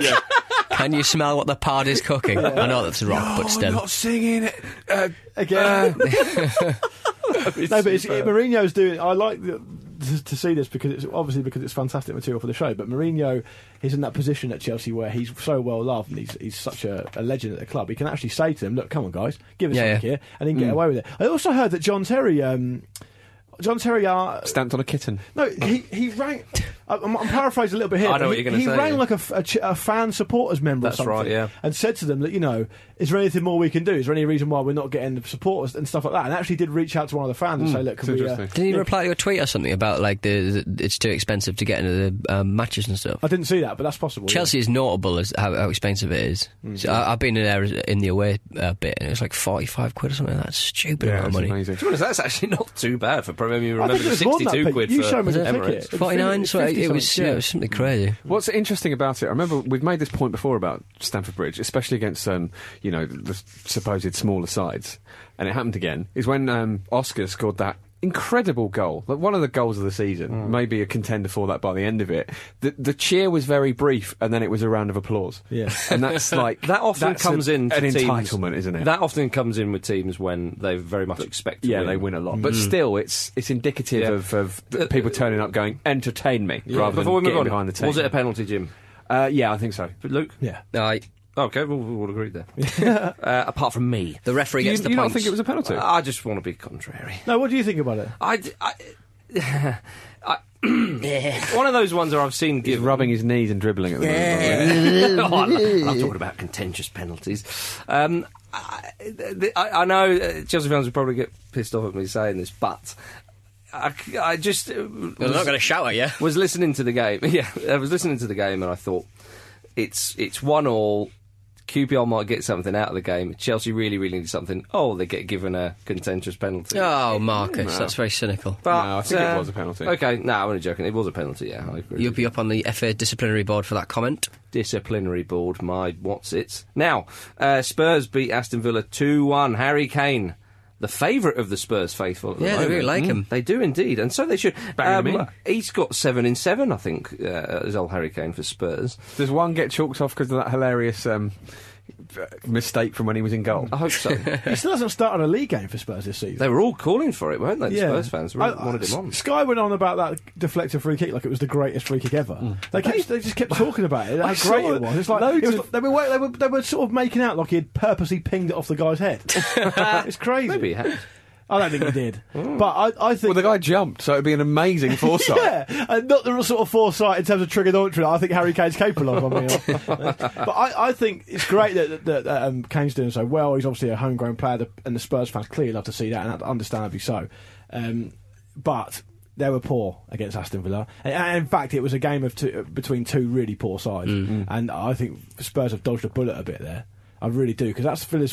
Can you smell what the pod is cooking? I know that's rock, but still.
singing it. Uh, uh,
Again, no, but it's, Mourinho's doing. I like the, to, to see this because it's obviously because it's fantastic material for the show. But Mourinho is in that position at Chelsea where he's so well loved and he's he's such a, a legend at the club. He can actually say to them, "Look, come on, guys, give us
Yeah,
something
yeah. Mm.
here," and he can get away with it. I also heard that John Terry. Um, John Terry uh,
Stamped on a kitten.
No, he, he rang. I- I'm, I'm paraphrasing a little bit here.
I know
but
what
he,
you're gonna
He
say,
rang
yeah.
like a, f- a ch- a fan supporters member
That's
or something.
right, yeah.
And said to them that, you know, is there anything more we can do? Is there any reason why we're not getting the supporters and stuff like that? And actually did reach out to one of the fans
Hmm,
and say, look, can
it's
we. Uh,
interesting.
Did he reply to a tweet or something about like the, the it's too expensive to get into the um, matches and stuff?
I didn't see that, but that's possible. yeah.
Chelsea is notable as how, how expensive it is. So I, I've been in there in the away uh, bit, and it was like forty-five quid or something. That's stupid amount of
it's
money.
amazing.
To be honest, that's actually not too bad for Premier. You remember
I think it
the
was more than that,
62
Pete.
quid
You
for
showed me the
Emirates.
ticket.
Forty-nine, so it,
50
it was
something,
yeah,
yeah.
it was something crazy.
What's interesting about it, I remember we've made this point before about Stamford Bridge, especially against, um, you know, the supposed smaller sides, and it happened again, is when um, Oscar scored that incredible goal, like one of the goals of the season,
Mm.
maybe a contender for that by the end of it. The, the cheer was very brief, and then it was a round of applause.
Yeah.
And that's like...
That often
that's
comes
a-
in to
An
teams-
entitlement, isn't it?
That often comes in with teams when they very much expect. To
yeah,
win. Mm.
they win a lot, but still, it's it's indicative
Yeah.
of, of th- people turning up, going "entertain me" rather
Before we move
than getting
on,
behind the team.
was it a penalty, Jim?
Uh, yeah, I think so.
But Luke.
Yeah.
Aye.
Okay, we'll, we'll all agree there. uh, apart from me,
the referee
You,
gets the
you don't
points.
think it was a penalty?
I just want to be contrary.
No, what do you think about it?
I. d- I- I- one of those ones where I've seen
He's
give
rubbing his knees and dribbling at the moment. by the way.
oh, I lo- love talking about contentious penalties. Um, I, th- I, I know uh, Chelsea fans will probably get pissed off at me saying this, but I, c- I just uh,
They're
was-
not going to shout at you.
was listening to the game. Yeah, I was listening to the game and I thought it's it's one all. QPR might get something out of the game. Chelsea really, really need something. Oh, they get given a contentious penalty.
Oh, Marcus, that's very cynical.
But, um,
No, I think it was a penalty.
Okay, no, I'm only joking. It was a penalty. Yeah, I agree.
You'll be up on the FA disciplinary board for that comment.
disciplinary board. My what's it? Now, uh, Spurs beat Aston Villa 2 1. Harry Kane the favourite of the Spurs faithful. At the
Yeah, they
moment. Mm.
really like him.
They do indeed, and so they should. Um,
Bang him in.
he's got seven in seven, I think, uh, as El Harry Kane for Spurs.
Does one get chalked off because of that hilarious um, mistake from when he was in goal?
I hope so.
He still hasn't started a league game for Spurs this season.
they were all calling for it, weren't they? The Spurs fans really
I- I-
wanted him on.
Sky went on about that deflected free kick like it was the greatest free kick ever. They, kept, they just kept talking about it,
Mm. I
how great
saw
it was. It's like,
loads
it was,
of-
they, were, wa- they, were, they were sort of making out like he'd purposely pinged it off the guy's head. it's crazy.
Maybe he had. Oh.
I don't think he did. But I, I think.
Well, the guy jumped, so it'd be an amazing foresight.
Yeah, and not the sort of foresight in terms of triggered entry that I think Harry Kane's capable of. Oh, I mean, but I, I think it's great that, that, that um, Kane's doing so well. He's obviously a homegrown player, the- and the Spurs fans clearly love to see that, and understandably so. Um, but they were poor against Aston Villa, and, and in fact, it was a game of two, between two really poor sides,
Mm.
and I think Spurs have dodged a bullet a bit there. I really do because that's Villa's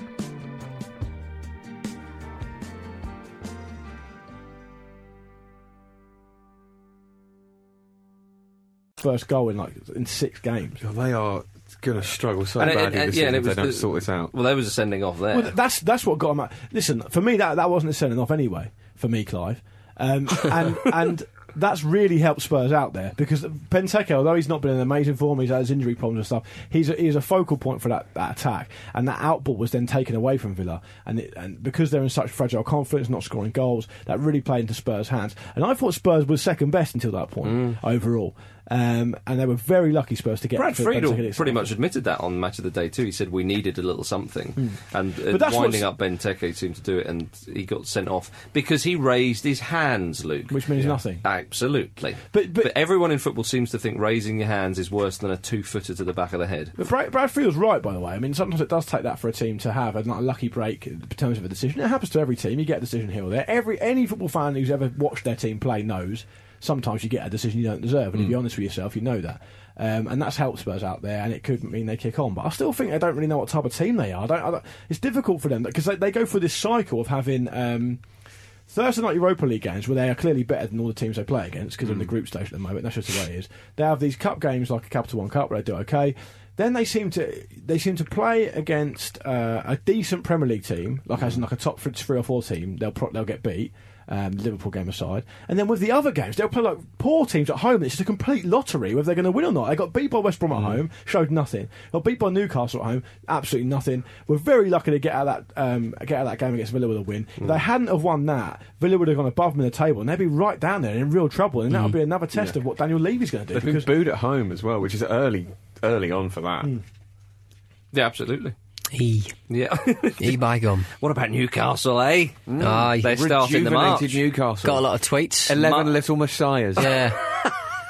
first goal in like in six games.
God, they are going to struggle so
And it-
badly
and- and-
this
yeah,
season
and it
if they
was
don't
the-
sort this out.
Well, there was a sending off there.
Well, th- that's that's what got him out. Listen, for me, that that wasn't a sending off anyway. For me, Clive, um, and and that's really helped Spurs out there because Benteke, although he's not been in amazing form, he's had his injury problems and stuff. He's a, he's a focal point for that, that attack, and that outball was then taken away from Villa, and it, and because they're in such fragile confidence, not scoring goals, that really played into Spurs' hands. And I thought Spurs was second best until that point overall. Um, and they were very lucky Spurs to get
Mm. Brad
for
Friedel
Benteke.
pretty much admitted that on Match of the Day too. He said we needed a little something, and uh,
But that's
winding
what's-
up Benteke seemed to do it, and he got sent off because he raised his hands, Luke.
which means nothing.
Absolutely,
But- but-
everyone in football seems to think raising your hands is worse than a two-footer to the back of the head.
But Brad, Brad Friedl's right, by the way. I mean, sometimes it does take that for a team to have a, like, a lucky break in terms of a decision. It happens to every team. You get a decision here or there. Every any football fan who's ever watched their team play knows. Sometimes you get a decision you don't deserve, and if you're honest with yourself, you know that. Um, and that's helped Spurs out there, and it could mean they kick on. But I still think they don't really know what type of team they are. I don't, I don't, it's difficult for them because they, they go through this cycle of having. Um, Thursday night Europa League games, where they are clearly better than all the teams they play against because they're in the group stage at the moment. That's just the way it is. They have these cup games like a Capital One Cup where they do okay. Then they seem to they seem to play against uh, a decent Premier League team, like as in like a top three or four team. They'll pro- they'll get beat. um, the Liverpool game aside. And then with the other games, they'll play like poor teams at home. It's just a complete lottery whether they're going to win or not. They got beat by West Brom at home, showed nothing. Got beat by Newcastle at home, absolutely nothing. We're very lucky to get out of that um, get out of that game against Villa with a win. If they hadn't have won that, Villa would have gone above them in the table, and they'd be right down there in real trouble. And that would be another test of what Daniel Levy's going to do.
They've been booed at home as well, which is early, early on for
Hmm.
that.
Yeah, absolutely.
E.
Yeah.
E by gum.
What about Newcastle, eh?
Aye.
They start in the March.
Rejuvenated Newcastle.
Got a lot of tweets.
11 little messiahs.
Yeah.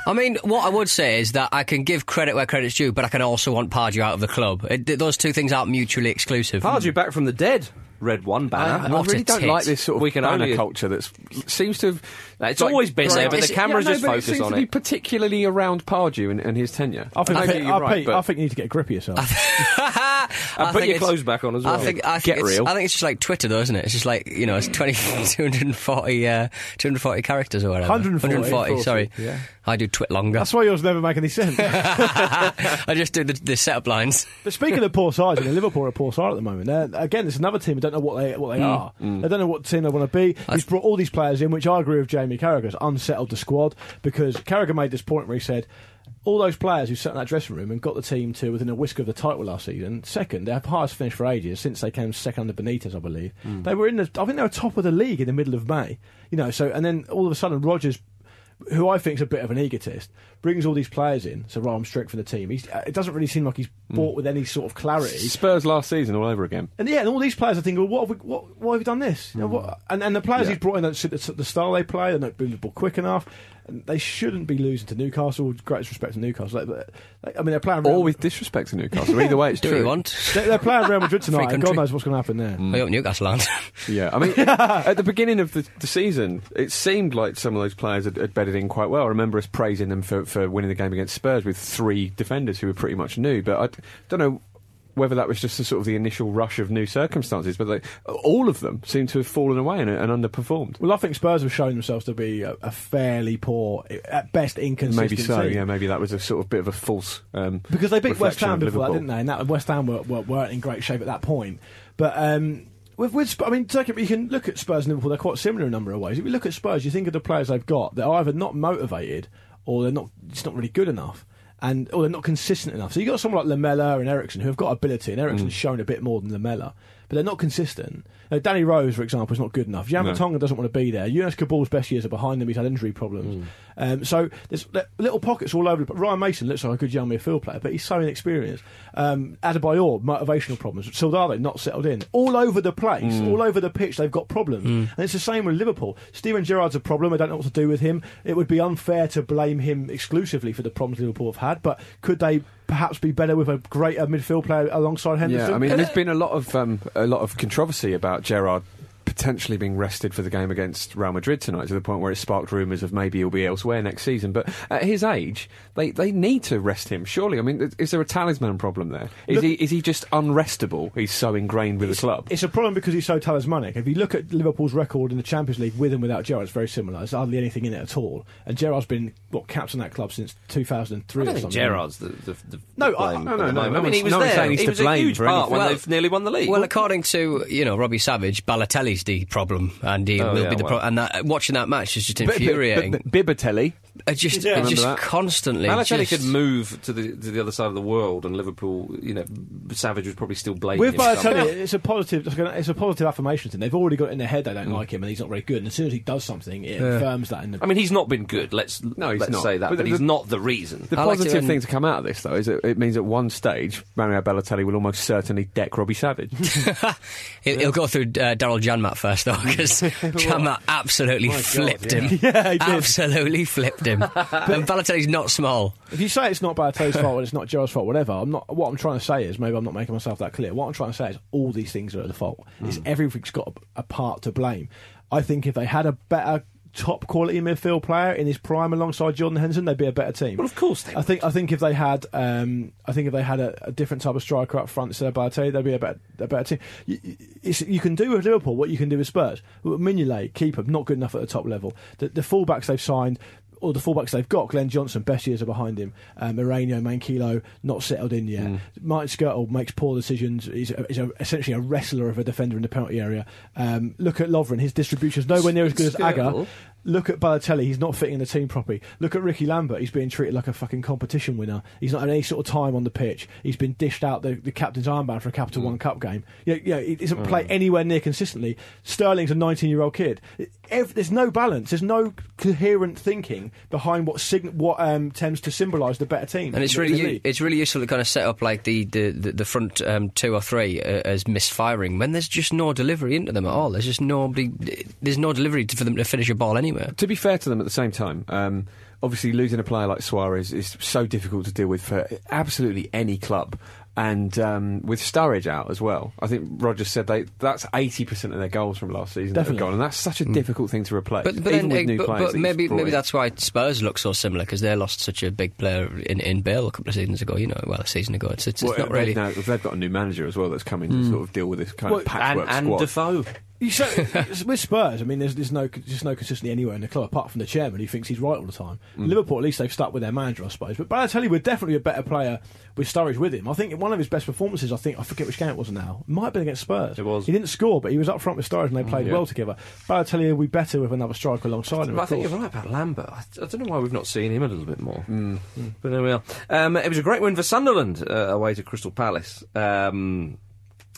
I mean, what I would say is that I can give credit where credit's due, but I can also want Pardew out of the club. It, th- those two things aren't mutually exclusive.
Pardew back from the dead. Red one banner.
I-
I
What
really
a
don't
tit.
like this sort of
We can
banner
only-
culture that seems to have.
It's always busy,
grown-
but the
It's-
cameras
yeah, no,
just
but
focus
it seems
on
to be
it.
particularly around Pardew and, and his tenure.
I think,
I
I,
think
think,
you're right,
Pete,
but-
I think you need to get a grip of yourself.
I
put your
it's-
clothes back on as well.
I think, I think
Get
it's,
real.
I think it's just like Twitter, though, isn't it? It's just like, you know, it's 20, 240, uh, 240 characters or whatever.
140.
140, sorry. I do twit longer.
That's why yours never make any sense.
I just do the, the setup lines.
But speaking of poor sides, you know, Liverpool are a poor side at the moment. They're, again, it's another team. I don't know what they what they are. They don't know what team they want to be. He's brought all these players in, which I agree with Jamie Carragher has unsettled the squad because Carragher made this point where he said. All those players who sat in that dressing room and got the team to within a whisker of the title last season, second, their highest finish for ages since they came second under Benitez, I believe. They were in the, I think they were top of the league in the middle of May, you know. So and then all of a sudden, Rogers who I think is a bit of an egotist, brings all these players in. So Rahm strict for the team. He's, uh, it doesn't really seem like he's
Hmm.
bought with any sort of clarity.
Spurs last season all over again.
And yeah, and all these players are thinking, well, what have we, what, why have we done this? You know,
Hmm.
what, and, and the players he's brought in don't suit the, the style they play, they're not moving the ball quick enough. And they shouldn't be losing to Newcastle. With Greatest respect to Newcastle. Like, but, like, I mean, they're playing. Real,
All with disrespect to Newcastle. Either way, it's
Do
true. Hmm.
what you want.
they're, they're playing Real Madrid
Free
tonight, and God
country.
knows what's going to happen there.
I hope Newcastle aren't.
Yeah, I mean, at the beginning of the, the season, it seemed like some of those players had, had bedded in quite well. I remember us praising them for, for winning the game against Spurs with three defenders who were pretty much new, but I d- don't know whether that was just the sort of the initial rush of new circumstances, but like, all of them seem to have fallen away and, and underperformed.
Well, I think Spurs have shown themselves to be a, a fairly poor, at best inconsistent.
Maybe so,
team.
yeah, maybe that was a sort of bit of a false. Um,
because they beat West
reflection
Ham
of
before that,
Liverpool.
didn't they? And that West Ham were, were, weren't in great shape at that point. But um, with, with Sp- I mean, take it, you can look at Spurs and Liverpool; they're quite similar in a number of ways. If you look at Spurs, you think of the players they've got; they're either not motivated or they're not. It's not really good enough. And or they're not consistent enough. So you've got someone like Lamella and Ericsson who have got ability, and
Mm.
Ericsson's shown a bit more than Lamella, but they're not consistent. Uh, Danny Rose, for example, is not good enough. Yamatonga doesn't want to be there. Yunus Kabal's best years are behind him. He's had injury
Hmm.
problems. Um, so there's li- little pockets all over. the pl- Ryan Mason looks like a good young midfield player, but he's so inexperienced. Um, Adebayor, motivational problems. Soldado, not settled in. All over the place,
Hmm.
all over the pitch, they've got problems. And it's the same with Liverpool. Steven Gerrard's a problem. I don't know what to do with him. It would be unfair to blame him exclusively for the problems Liverpool have had, but could they perhaps be better with a greater midfield player alongside Henderson?
Yeah, I mean, there's been a lot of um, a lot of controversy about Gerard potentially being rested for the game against Real Madrid tonight, to the point where it sparked rumours of maybe he'll be elsewhere next season. But at his age, they, they need to rest him. Surely, I mean, th- is there a talisman problem there? Is he is he just unrestable? He's so ingrained with the club.
It's a problem because he's so talismanic. If you look at Liverpool's record in the Champions League with and without Gerrard, it's very similar. There's hardly anything in it at all. And Gerrard's been what captain that club since 2003
I don't
or
think
something.
Gerard's the, the, the
No,
the
I-
blame
no,
at
no,
the
no,
moment.
no
I mean, he
one's-
was
no one's
there.
saying he's
He
to
was a
blame
huge
for
part when
anything.
they've nearly won the league.
Well, according to you know Robbie Savage, Balotelli's the problem, and he
Oh,
will
yeah,
be the
well.
problem. And that, watching that match is just
But- but- but-
infuriating.
but Bibatelli,
It's just,
Yeah.
it's just
Remember that.
constantly.
Balotelli could
just-
move to the to the other side of the world, and Liverpool, you know, Savage was probably still blaming
With
him for something.
Balotelli, it's a positive. It's gonna- it's a positive affirmation to him. They've already got it in their head they don't like him, and he's not very good. And as soon as he does something, it affirms that. In the,
Mm. I mean, he's not been good. Let's
No, he's
let's
not.
say that, but,
But the-
he's
the-
not the reason.
The
I like to
positive
end-
thing to come out of this, though, is that it means at one stage Mario Balotelli will almost certainly deck Robbie Savage.
He'll, he'll go through uh, Daryl Janmat first, though, because Janmat absolutely flipped him.
Yeah, he did.
absolutely flipped him. and Balotelli's not small.
if you say it's not Balotelli's fault and it's not Gerrard's fault, whatever, I'm not. What I'm trying to say is maybe I'm not making myself that clear. What I'm trying to say is all these things are the fault. It's
Hmm.
everything's got a, a part to blame. I think if they had a better top quality midfield player in his prime alongside Jordan Henson, they'd be a better team.
Well, of course they
I think I think if they had um, I think if they had a, a different type of striker up front instead of Balotelli, they'd be a better, a better team. You, you- it's, you can do with Liverpool what you can do with Spurs. Mignolet, keeper, not good enough at the top level. The, the fullbacks they've signed. all the fullbacks they've got, Glenn Johnson, best years are behind him. Um, Mourinho, Manquillo, not settled in yet.
Mm.
Martin Skirtle makes poor decisions. He's, a, he's a, essentially a wrestler of a defender in the penalty area. Um, look at Lovren, his distribution is nowhere near as good as Agger.
Skirtle?
Look at Balotelli, he's not fitting in the team properly. Look at Ricky Lambert, he's being treated like a fucking competition winner. He's not had any sort of time on the pitch. He's been dished out the, the captain's armband for a
Mm.
Capital One Cup game. You know, you know, he doesn't play anywhere near consistently. Sterling's a 19 year old kid. Ev- there's no balance, there's no coherent thinking behind what, sign- what um, tends to symbolise the better team.
And it's
in the
really u-
league.
it's really useful to kind of set up like the the, the, the front um, two or three uh, as misfiring when there's just no delivery into them at all. There's just nobody. There's no delivery to- for them to finish a ball anywhere.
To be fair to them, at the same time, um, obviously losing a player like Suarez is so difficult to deal with for absolutely any club. And um, with Sturridge out as well, I think Rogers said they that's eighty percent of their goals from last season that have
Definitely.
gone, and that's such a
Mm.
difficult thing to replace.
But, but,
even
then, eh,
with new
but,
players
but
that he's
maybe
brought
maybe
in.
that's why Spurs look so similar because they lost such a big player in, in Bale a couple of seasons ago. You know, well a season ago. It's it's, it's
Well,
not
they-
really.
no, they've got a new manager as well that's coming
Mm.
to sort of deal with this kind
Well,
of patchwork
and- and
squad.
Defoe. You so, with Spurs, I mean, there's, there's no there's no consistency anywhere in the club apart from the chairman who thinks he's right all the time.
Mm.
Liverpool, at least they've stuck with their manager, I suppose. But Balotelli were definitely a better player with Sturridge with him. I think in one of his best performances, I think I forget which game it was now. It might have been against Spurs. It was. He didn't score, but he was up front with Sturridge and they played
Mm, yeah.
well together. Balotelli will be better with another striker alongside him.
But I
of
think
course.
you're right about Lambert. I, I don't know why we've not seen him a little bit more.
Hmm.
Hmm.
But there we are. Um, it was a great win for Sunderland uh, away to Crystal Palace. Um,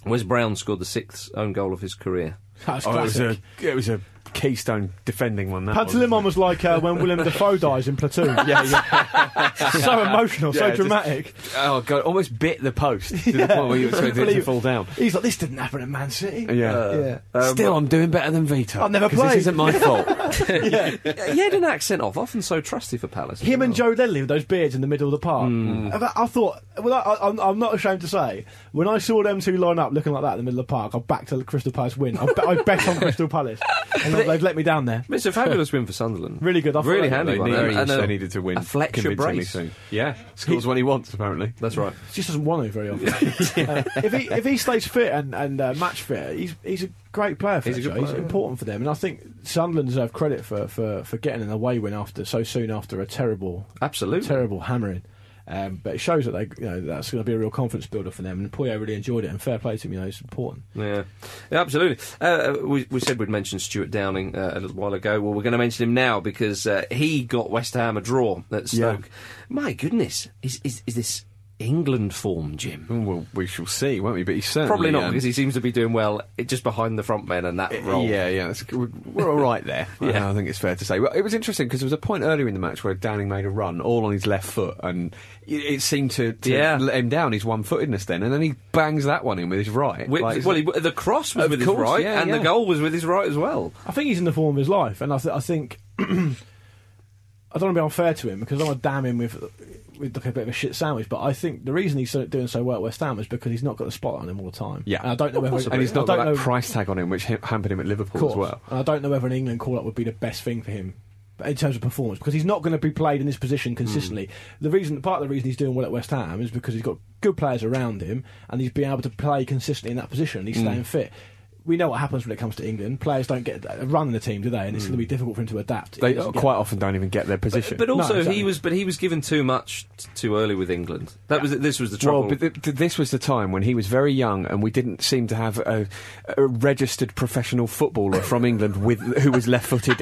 Wes Brown scored the sixth own goal of his career.
That's
Oh, it was a it was a keystone defending one. That was.
Pantalimon was like uh, when Willem Dafoe dies in Platoon.
Yeah, yeah.
so emotional, so
Yeah, just-
dramatic.
oh god, almost bit the post to the
Yeah.
point where you were expected it to
Believe-
fall down.
He's like, this didn't happen at Man City. Uh,
Yeah. Still, I'm doing better than Vito.
I've never
'cause
played.
This isn't my fault.
yeah. he had an accent off, often so trusty for Palace.
Him and Joe Ledley with those beards in the middle of the park.
Hmm.
Mm.
I, I thought, well, I, I'm, I'm not ashamed to say, when I saw them two line up looking like that in the middle of the park, I backed to Crystal Palace win. I, bet I bet on Crystal Palace. And they've, they've let me down there.
But It's a fabulous win for Sunderland.
Really good. I thought
really
they-
handy
they
one.
needed-
And- and
they
a-
needed to win
A Fletcher
convincingly
brace.
soon.
Yeah, scores when he wants apparently.
That's right.
He just doesn't want to very often. Uh, if he if he stays fit and and uh, match fit, he's he's a great player for
He's a
them,
good
Joe. He's
player, yeah.
important for them, and I think Sunderland deserve credit for, for, for getting an away win after so soon after a terrible
absolutely
terrible hammering. Um, but it shows that they you know that's going to be a real confidence builder for them, and Poyet really enjoyed it. And fair play to him, you know, it's important.
Yeah, Yeah, absolutely. Uh, we, we said we'd mention Stuart Downing uh, a little while ago. Well, we're going to mention him now because uh, he got West Ham a draw at Stoke. My goodness, is, is, is this England form, Jim?
Well, we shall see, won't we? But he's certainly
Probably not
um,
because he seems to be doing well it, just behind the front men and that role.
Yeah, yeah, that's, we're, we're all right there.
Yeah.
yeah. I think it's fair to say. Well, it was interesting because there was a point earlier in the match where Downing made a run all on his left foot, and it, it seemed to, to
Yeah.
let him down his one footedness then, and then he bangs that one in with his right.
With-
Like,
well, he, the cross was
Of
with
course,
his right,
yeah,
and the
yeah.
goal was with his right as well.
I think he's in the form of his life, and I, th- I think I don't want to be unfair to him because I want to damn him with with like a bit of a shit sandwich. But I think the reason he's so, doing so well at West Ham is because he's not got the spotlight on him all the time.
yeah,
and I don't know whether
and he's
I
not
don't
got that
know-
price tag on him, which ha- hampered him at
Of
Liverpool
course.
as well.
And I don't know whether an England call up would be the best thing for him but in terms of performance because he's not going to be played in this position consistently.
Hmm.
The reason, part of the reason he's doing well at West Ham is because he's got good players around him and he's being able to play consistently in that position. and He's
Hmm.
Mm.
staying fit. We know what happens when it comes to England. Players don't get a run in the team, do they? And it's
Hmm.
going to be difficult for him to adapt.
They uh,
He doesn't get-
quite often don't even get their position.
But also,
No, exactly.
he was but he was given too much t- too early with England. That was this was the trouble.
Well, but th- th- this was the time when he was very young, and we didn't seem to have a, a registered professional footballer from England with who was left-footed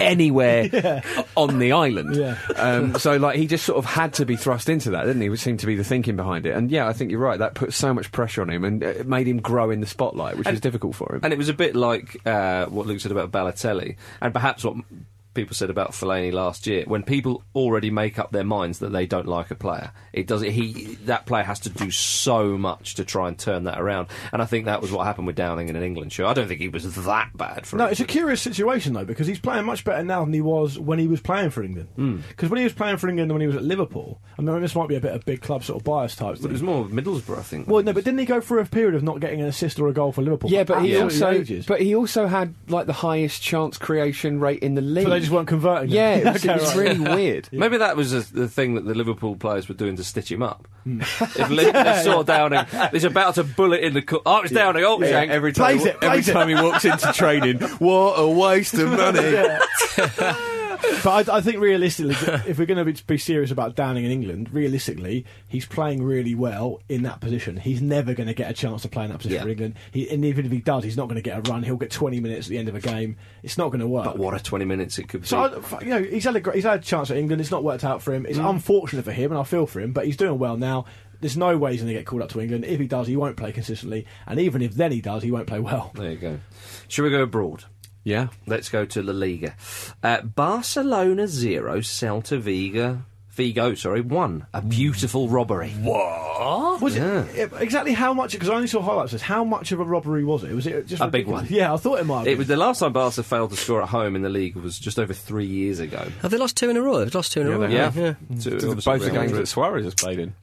anywhere on the island.
Yeah.
Um, so, like, he just sort of had to be thrust into that, didn't he? Which seemed to be the thinking behind it. And yeah, I think you're right. That put so much pressure on him and uh, it made him grow in the spotlight, which was difficult for him.
And it was a bit like uh, what Luke said about Balotelli, and perhaps what m- people said about Fellaini last year. When people already make up their minds that they don't like a player, it does he that player has to do so much to try and turn that around. And I think that was what happened with Downing in an England show. I don't think he was that bad for.
No,
it.
it's a curious situation though because he's playing much better now than he was when he was playing for England.
Hmm.
Because when he was playing for England, when he was at Liverpool, I mean, this might be a bit of big club sort of bias type.
But it
thing.
was more Middlesbrough, I think.
Well, no, but didn't he go through a period of not getting an assist or a goal for Liverpool?
yeah, but he
Absolutely
also
ages.
but he also had like the highest chance creation rate in the league.
But they just weren't converting. them.
Yeah, it was,
Okay,
it was
right.
really weird.
Maybe that was a, the thing that the Liverpool players were doing to stitch him up.
Hmm.
if Li- they saw Downing, he's about to bullet in the. Co- oh, it's Downing. Oh,
Yeah,
shank.
every time,
Plays it,
every
plays it.
time he walks into training, what a waste of money.
But I, I think realistically, if we're going to be, be serious about Downing in England, realistically, he's playing really well in that position. He's never going to get a chance to play in that position
Yeah.
for England. He, and even if he does, he's not going to get a run. He'll get 20 minutes at the end of a game. It's not going to work.
But what a 20 minutes it could be.
So I, f- you know, he's had a gr- he's had a chance at England. It's not worked out for him. It's
Mm.
unfortunate for him, and I feel for him. But he's doing well now. There's no way he's going to get called up to England. If he does, he won't play consistently, and even if then he does, he won't play well.
There you go. Shall we go abroad?
Yeah.
Let's go to La Liga. Uh, Barcelona zero, Celta Vigo. Vigo, sorry, one. A beautiful robbery.
Oh?
What?
Was it, it- exactly how much? Because I only saw highlights. Of this. How much of a robbery was it? Was it just
A big
ridiculous?
one.
Yeah, I thought it might. Have been.
It was the last time Barca failed to score at home in the league was just over three years ago.
Have they lost two in a row? They've lost two in a row.
Yeah.
haven't they? yeah.
To-
Both
obviously
the
Real
games
Madrid.
that Suarez has played in.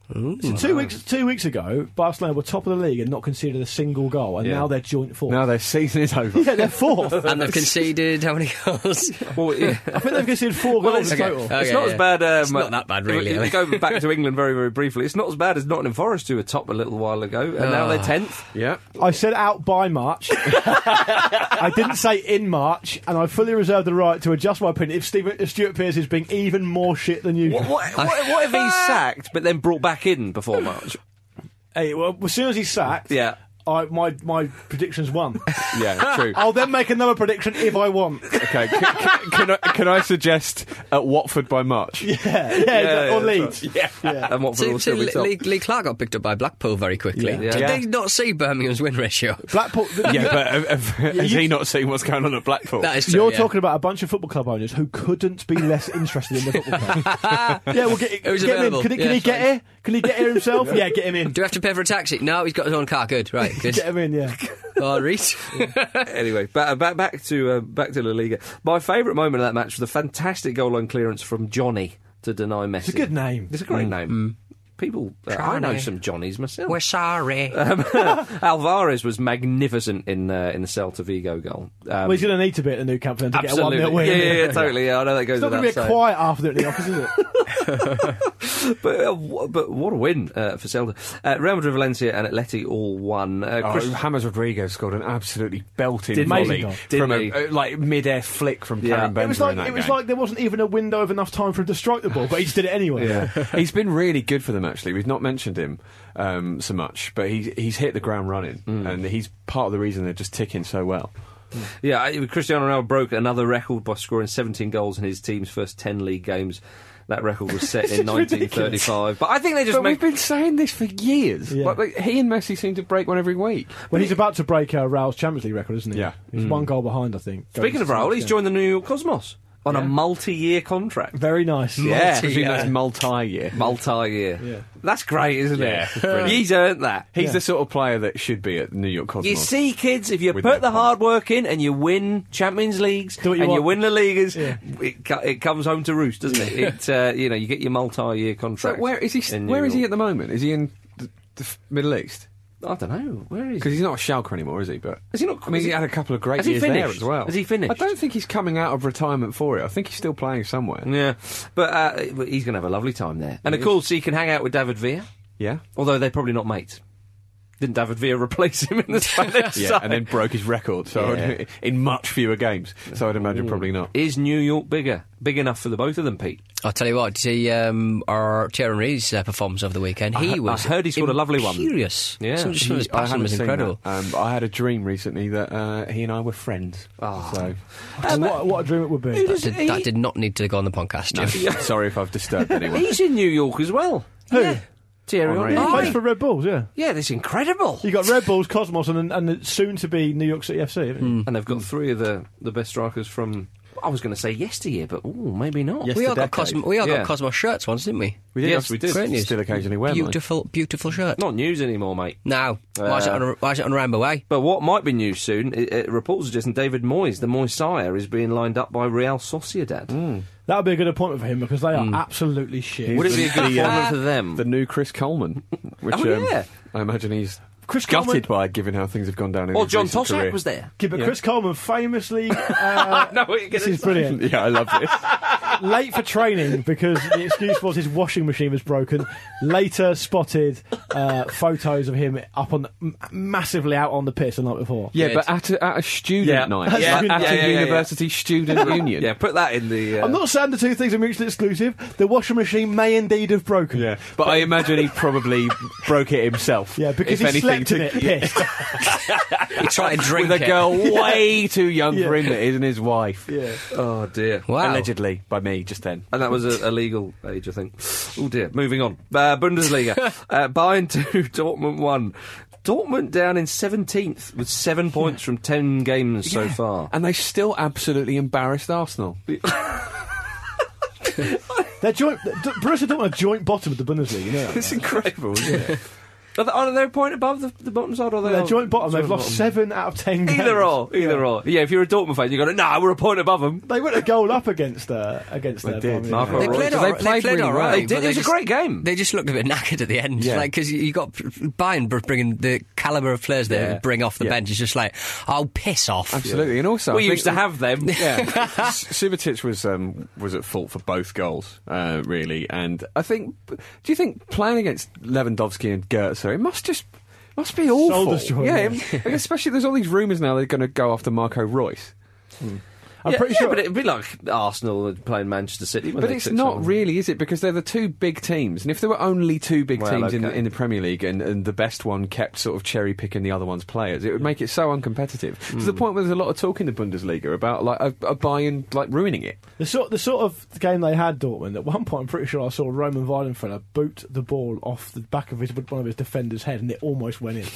So two weeks two weeks ago, Barcelona were top of the league and not conceded a single goal, and
Yeah.
now they're joint fourth.
Now their season is over.
yeah, they're fourth.
And they've conceded how many goals?
Well, yeah.
I think they've conceded four
Well,
goals
it's,
in total.
okay.
it's not as bad. Um,
It's not that bad,
if we-
really,
If we go back to England very, very briefly, it's not as bad as Nottingham Forest, who were top a little while ago, and now
Ah,
they're tenth.
yeah.
I said out by March. I didn't say in March, and I fully reserve the right to adjust my opinion if, Steven, if Stuart Pearce is being even more shit than you.
What, what, what, what if he's sacked, but then brought back in before March?
Hey, well, as soon as he's sacked,
Yeah.
I, my my prediction's won.
Yeah, true.
I'll then make another prediction if I want.
okay, can, can, can, I, can I suggest at Watford by March?
Yeah, yeah,
yeah,
or
that's
Leeds.
Yeah. And Watford
So,
will
so
still be
Lee,
top.
Lee, Lee Clark got picked up by Blackpool very quickly.
Yeah.
Did
Yeah.
they not see Birmingham's win ratio?
Blackpool.
Yeah, but have, have, has
you-
he not seen what's going on at Blackpool?
That is true.
You're
yeah.
talking about a bunch of football club owners who couldn't be less interested in the football club. yeah, we'll get,
It was
get him in.
available.
Can he, can
Yeah,
he
it's
get
fine.
here? Can he get here himself? yeah, get him in.
Do we have to pay for a taxi? No, he's got his own car. Good, right. Good.
Get him in, yeah.
oh, Reece.
anyway, back back, back to uh, back to La Liga. My favourite moment of that match was the fantastic goal line clearance from Johnny to deny Messi. It's
a good name.
It's a great
Mm.
name. People, uh, I know
Johnny.
some Johnnies myself.
We're sorry.
Um, Alvarez was magnificent in uh, in the Celta Vigo goal. Um,
well, he's going to need to be at the new camp for them to
absolutely,
get a 1 0 win.
yeah, yeah, yeah, totally. Yeah, I know that goes
It's not
without
going to be a
saying.
quiet after at the office, is it?
But, uh, wha- but what a win uh, for Celta. Uh, Real Madrid, Valencia, and Atleti all won. Uh,
Oh,
Chris-
James Rodriguez scored an absolutely belting
Didn't he?
volley
Amazing
goal.
from
Didn't
a,
he?
uh, like mid-air flick from
Yeah.
Karen Benzema
it was
in
like
that
it was
game.
like there wasn't even a window of enough time for him to strike the ball, but he just did it anyway.
he's been really good for them actually. We've not mentioned him um, so much, but he's he's hit the ground running, and he's part of the reason they're just ticking so well.
Yeah, I- Cristiano Ronaldo broke another record by scoring 17 goals in his team's first 10 league games. That record was set in
It's ridiculous.
1935. But I think they just
but
make.
we've been saying this for years.
Yeah.
Like, like, he and Messi seem to break one every week.
Well, he's about to break uh, Raul's Champions League record, isn't he?
Yeah.
he's one goal behind, I think.
Mm. Speaking
Going
of
to
Raul,
the
he's
next
joined the New York Cosmos on a multi-year contract.
game. Very nice.
Yeah.
Because he knows multi-year.
Multi-year.
Yeah.
That's great, isn't
Yeah, it's
it?
brilliant.
He's earned that.
He's the sort of player that should be at New York Cosmos.
You see, kids, if you
With
put
no
the hard work in and you win Champions Leagues
Do what you
and you
want.
win the leaguers,
Yeah.
it, co- it comes home to roost, doesn't it? it uh, you know, you get your multi-year
So
contract.
where is he?
in New
Where is he
York.
at the moment? Is he in the, the f- Middle East?
I don't know. Where is he?
Because he's not a Schalke anymore, is he? But
Has he not-
I mean,
has
he
he-
had a couple of great
has he
years there
finished?
as well.
Has he finished?
I don't think he's coming out of retirement for it. I think he's still playing somewhere.
Yeah, but uh, but he's going to have a lovely time there. And of
is.
course, he can hang out with David Villa,
Yeah.
although they're probably not mates. Didn't David Villa replace him in the Spanish
Yeah,
side?
and then broke his record. So
Yeah.
I'd- in much fewer games. So I'd imagine probably not.
Is New York bigger? Big enough for the both of them, Pete?
I'll tell you what, did you see um, our Thierry Henry's uh, performance over the weekend?
I
He
he- I
was.
heard he scored a lovely one.
Curious.
Yeah.
Some, some of his
He- I
passing
haven't
was
seen
incredible.
that. Um, but I had a dream recently that uh, he and I were friends.
Ah.
Oh.
what, what a dream it would be.
That did, that did not need to go on the podcast. Jeff.
So sorry if I've disturbed anyone.
He's in New York as well.
Who?
Thierry
Henry.
He
Henry.
plays for Red Bulls, yeah.
Yeah, that's incredible.
You got Red Bulls, Cosmos, and and soon to be New York City FC. Haven't
Hmm.
you?
And they've got three of the, the best strikers from. I was going to say yesteryear, but ooh, maybe not.
We all got Cosmo. We all
Yeah.
got Cosmo shirts once, didn't we?
We did
Yes,
have-
we did.
Great news.
Still occasionally wear mine.
beautiful, beautiful shirt.
Not news anymore, mate. Uh,
Now, why is it on? Why is it on Rambo? Eh?
But what might be news soon, it, it, reports suggesting David Moyes, the Moyes is being lined up by Real Sociedad.
Hmm.
That would be a good appointment for him because they are absolutely shit.
Mm. Would it be a good appointment for them?
The new Chris Coleman, which
Oh, yeah.
um, I imagine he's
Chris Coleman-
gutted by given how things have gone down. In
Or
his
Oh, John
recent
Toshak
career.
was there.
Yeah, but Chris Coleman famously. Uh,
No, what you're
this
gonna
is
say.
brilliant.
yeah, I love this.
late for training because the excuse was his washing machine was broken. Later spotted uh, photos of him up on m- massively out on the piss the night before.
Yeah, but at a, at a student
Yeah.
night,
Yeah.
Like,
Yeah,
at
yeah,
a
yeah, yeah.
university student union.
Yeah, put that in the. uh,
I'm not saying the two things are mutually exclusive. The washing machine may indeed have broken. Yeah,
But I imagine he probably broke it himself. Yeah,
because he slept in it. Pissed.
he
tried to drink
with a
it.
girl way too young
Yeah.
for him that isn't his wife.
Yeah.
Oh dear.
Wow. Allegedly by me just then.
And that was a, a legal age, I think. Oh dear. Moving on. Uh, Bundesliga. uh, Bayern 2, Dortmund 1. Dortmund down in 17th with seven points from 10 games so far.
And they still absolutely embarrassed Arsenal.
They're joint. D- Borussia Dortmund are joint bottom of the Bundesliga. You know that.
It's incredible, isn't it? Are they, are they a point above the, the bottom side? Or are they
They're
on-
joint bottom. They've
joint
lost
bottom?
seven out of ten. games.
Either or, either or. Yeah, if you're a Dortmund fan, you're going, nah, we're a point above them.
They went a goal up against uh, against their. Bayern Munich.
Marco They Royce. played all-
they played all right.
They did.
but
It was a
just-
great game.
They just looked a bit knackered at the end.
Yeah.
Like, because you got Bayern br- bringing the calibre of players they
Yeah.
bring off the
Yeah.
bench. It's just like, I'll piss off.
Absolutely, and also
We
I think-
used to have them.
Yeah, S- Subotic was um, was at fault for both goals, uh, really. And I think, do you think playing against Lewandowski and Goetze, it must just must be
Soul
awful.
destroyer,
yeah,
yeah.
it- like, especially there's all these rumours now they're going to go after Marco Royce,
I'm
yeah,
pretty
yeah,
sure.
but it'd be like Arsenal playing Manchester City. when
but
they
it's
took
not
someone.
really, is it? Because they're the two big teams, and if there were only two big
Well,
teams in, the-
okay.
in the Premier League, and, and the best one kept sort of cherry picking the other one's players, it would make it so uncompetitive to
Hmm.
the point where there's a lot of talk in the Bundesliga about like a, a Bayern like ruining it.
The sort, the sort of game they had, Dortmund, at one point, I'm pretty sure I saw a Roman Violin fella boot the ball off the back of his, one of his defender's head and it almost went in.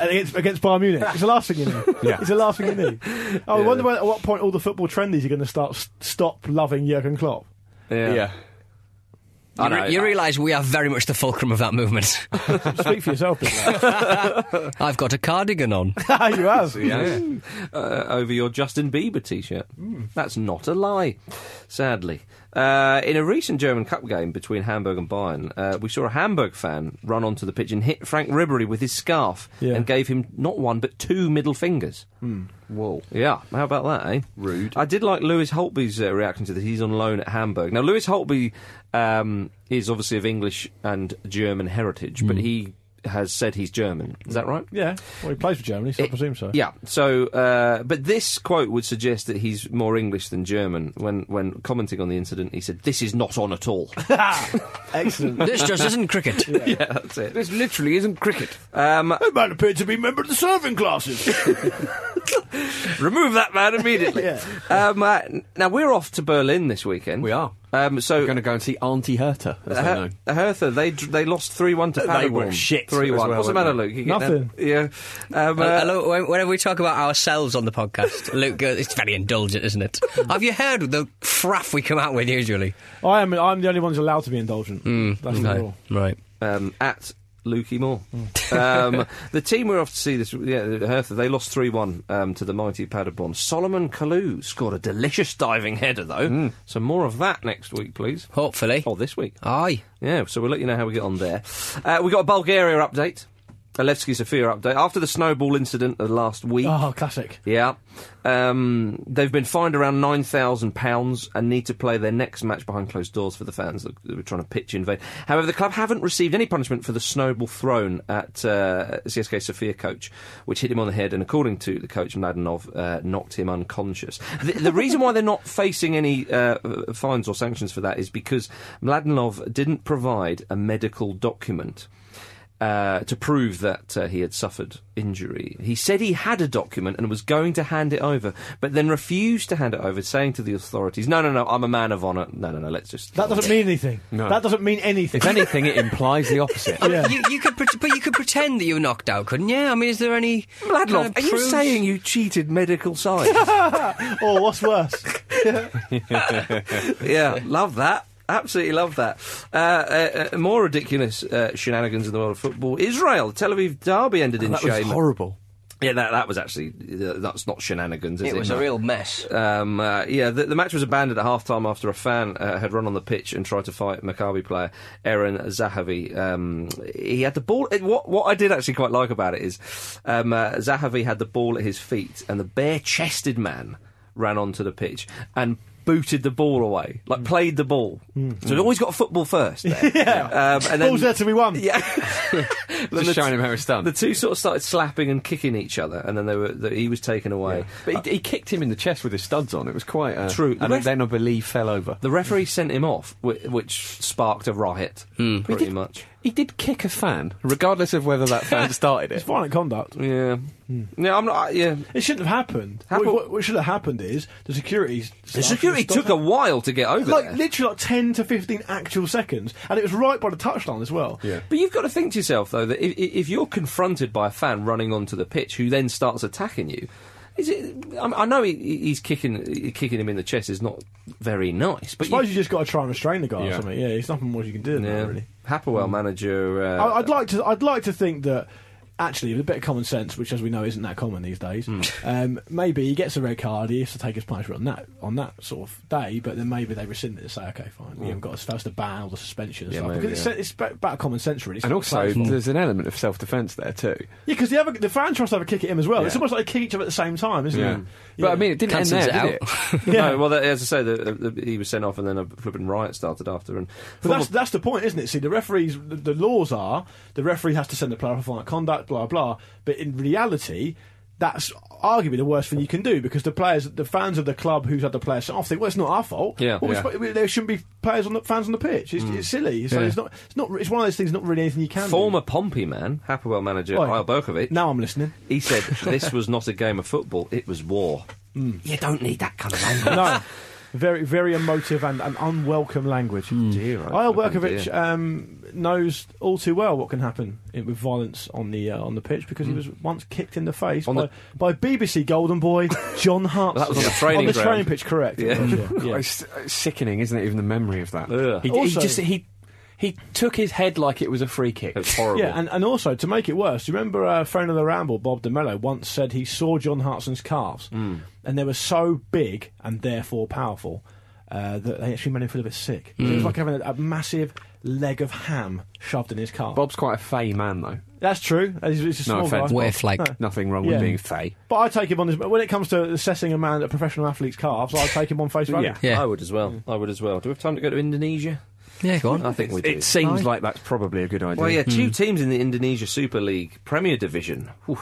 And against, against Bayern Munich. It's the last thing you need.
Yeah.
It's the last thing you need. I wonder when, at what point all the football trendies are going to start s- stop loving Jurgen Klopp.
yeah.
You,
I know.
re- you realise we are very much the fulcrum of that movement.
Speak for yourself, big lad.
I've got a cardigan on.
Ah, you have.
Yeah. Uh, over your Justin Bieber t shirt.
Hmm.
That's not a lie, sadly. Uh, in a recent German Cup game between Hamburg and Bayern, uh, we saw a Hamburg fan run onto the pitch and hit Frank Ribery with his scarf
Yeah.
and gave him not one but two middle fingers.
Hmm.
Whoa.
Yeah, how about that, eh? Rude. I did like Lewis Holtby's uh, reaction to this. He's on loan at Hamburg. Now, Lewis Holtby um, is obviously of English and German heritage,
Hmm.
but he has said he's German. Is that right?
Yeah. Well, he plays for Germany, so I presume so.
Yeah. So, uh, but this quote would suggest that he's more English than German. When when commenting on the incident, he said, "This is not on at all."
Excellent.
this just isn't cricket.
yeah, that's it.
This literally isn't cricket.
Um,
That man appeared to be a member of the serving classes.
remove that man immediately.
Yeah.
um, uh, n- now we're off to Berlin this weekend.
We are.
Um, so.
We're going to go and see Auntie Herta, as they know.
Her- Hertha, they dr- they lost three one to Paderborn.
They were shit
Three
as
one.
well,
What's the
weren't
matter,
they?
Luke? You getting
Nothing.
that? Yeah. Um, uh,
Hello, when- whenever we talk about ourselves on the podcast, Luke, goes, it's very indulgent, isn't it? Have you heard the fraff we come out with usually?
Oh,
I am, I'm the only one who's allowed to be indulgent.
Hmm.
That's the rule.
Right.
um, at Lukey Moore.
Hmm.
um, the team we're off to see this, yeah, Hertha, they lost 3 1 um, to the mighty Paderborn. Solomon Kalou scored a delicious diving header, though. So more of that next week, please.
Hmm. Hopefully.
Or this week.
Aye.
Yeah, so we'll let you know how we get on there. Uh, we got a Bulgaria update, a Levski Sofia update. After the snowball incident of last week.
Oh, classic.
Yeah. Um, they've been fined around £9,000 and need to play their next match behind closed doors for the fans that that were trying to pitch in vain. However, the club haven't received any punishment for the snowball thrown at uh, CSK Sofia coach, which hit him on the head and, according to the coach, Mladenov, uh, knocked him unconscious. The, the reason why they're not facing any uh, fines or sanctions for that is because Mladenov didn't provide a medical document uh, to prove that uh, he had suffered injury. He said he had a document and was going to hand it over, but then refused to hand it over, saying to the authorities, "No, no, no, I'm a man of honour. No, no, no, let's just."
That doesn't mean anything.
No.
That doesn't mean anything.
If anything, it implies the opposite.
Yeah.
You, you could, pre- but you could pretend that you were knocked out, couldn't you? I mean, is there any? kind
Mladenov,
of
are you
proof?
saying you cheated medical science?
or what's worse?
yeah, love that. Absolutely love that. Uh, uh, uh, more ridiculous uh, shenanigans in the world of football. Israel, Tel Aviv derby ended
Oh,
in
that was
shame.
horrible.
yeah, that, that was actually uh, that's not shenanigans. Is it,
It was a real mess.
Um, uh, yeah, the, the match was abandoned at halftime after a fan uh, had run on the pitch and tried to fight Maccabi player Aaron Zahavi. Um, he had the ball. it- What what I did actually quite like about it is um, uh, Zahavi had the ball at his feet, and the bare-chested man ran onto the pitch and booted the ball away, like played the ball. So he's always got football first. There.
Mm. Yeah.
um, and then,
Ball's there to be won.
Yeah,
Just showing him how it's done.
The two sort of started slapping and kicking each other, and then they were the, he was taken away.
But he, he kicked him in the chest with his studs on. It was quite uh,
True. The
And
ref-
then I believe fell over.
The referee sent him off, whi- which sparked a riot, pretty much.
Hmm. He did kick a fan, regardless of whether that fan started
It's
it.
violent conduct.
Yeah. No, I'm not. Yeah.
Hmm. It shouldn't have happened.
Happened-
What, what- what should have happened is the security.
The security took a
a
while to get over
like
there.
literally like ten to fifteen actual seconds, and it was right by the touchline as well. Yeah.
But you've got to think to yourself though that if, if you're confronted by a fan running onto the pitch who then starts attacking you, is it? I, I know he, he's kicking kicking him in the chest is not very nice,
I
but
suppose
you,
you just got to try and restrain the guy or
Yeah.
something. Yeah, there's nothing more you can do than
yeah,
that, really. Mm.
Happerwell manager. Uh,
I, I'd like to. I'd like to think that actually, with a bit of common sense, which as we know isn't that common these days,
Hmm.
um, maybe he gets a red card. He has to take his punishment on that on that sort of day. But then maybe they rescind it and say, okay, fine, you haven't got as far as the ban or the suspension.
Hmm.
And
Yeah,
stuff.
maybe,
because it's, it's ba- about common sense, really. It's
And
not
also,
players' fault.
there's an element of self defence there, too.
yeah, because the other the fan tries to have a kick at him as well. It's
Yeah.
almost like they kick each other at the same time, isn't it?
But I mean, it didn't
Cancels
end there,
it
did it?
No, well, that, as I say, the, the, he was sent off, and then a flipping riot started after. And
But that's, that's the point, isn't it? See, the referees, the, the laws are the referee has to send the player off for violent conduct, blah blah. But in reality, that's arguably the worst thing you can do because the players, the fans of the club who's had the player sent off, think, well, it's not our fault.
Yeah,
well, we
yeah. Mm.
spo- we- there shouldn't be players on the fans on the pitch. It's, it's silly. So it's not. It's not. It's one of those things. Not really anything you can. do.
former Pompey man, Happerwell manager
Oi.
Kyle Berkovic,
Now I'm listening.
he said this was not a game of football; it was war. You don't need that kind of language.
Mm. no. Very, very emotive and an unwelcome language.
Dear, oh,
Isle
fucking
Berkovic
dear.
um, knows all too well what can happen in, with violence on the uh, on the pitch because he was once kicked in the face
Mm. On the-
by, by BBC Golden Boy John Hart.
that was on the training
on the
ground.
training pitch, correct? it
Yeah.
was, yeah. Yeah.
It's it's sickening, isn't it? Even the memory of that.
Ugh.
He,
Also-
he just he he took his head like it was a free kick.
It was horrible.
Yeah, and, and also to make it worse, do you remember uh, friend of the ramble, Bob DeMello, once said he saw John Hartson's calves,
Hmm.
and they were so big and therefore powerful uh, that they actually made him feel a bit sick. It
Hmm.
was like having a, a massive leg of ham Um, shoved in his calf.
Bob's quite a fey man, though.
That's true. He's, he's a small
No offence,
guy.
Bob.
With, like,
No.
Nothing wrong
Yeah.
with being fey.
But I take him on his. When it comes to assessing a man, a professional athlete's calves, I take him on face value.
Yeah.
Yeah.
I would as well.
Mm.
I would as well. Do we have time to go to Indonesia?
Yeah, go on. Hmm.
I think we do.
It seems like that's probably a good idea.
well, yeah, two teams in the Indonesia Super League Premier Division Whew.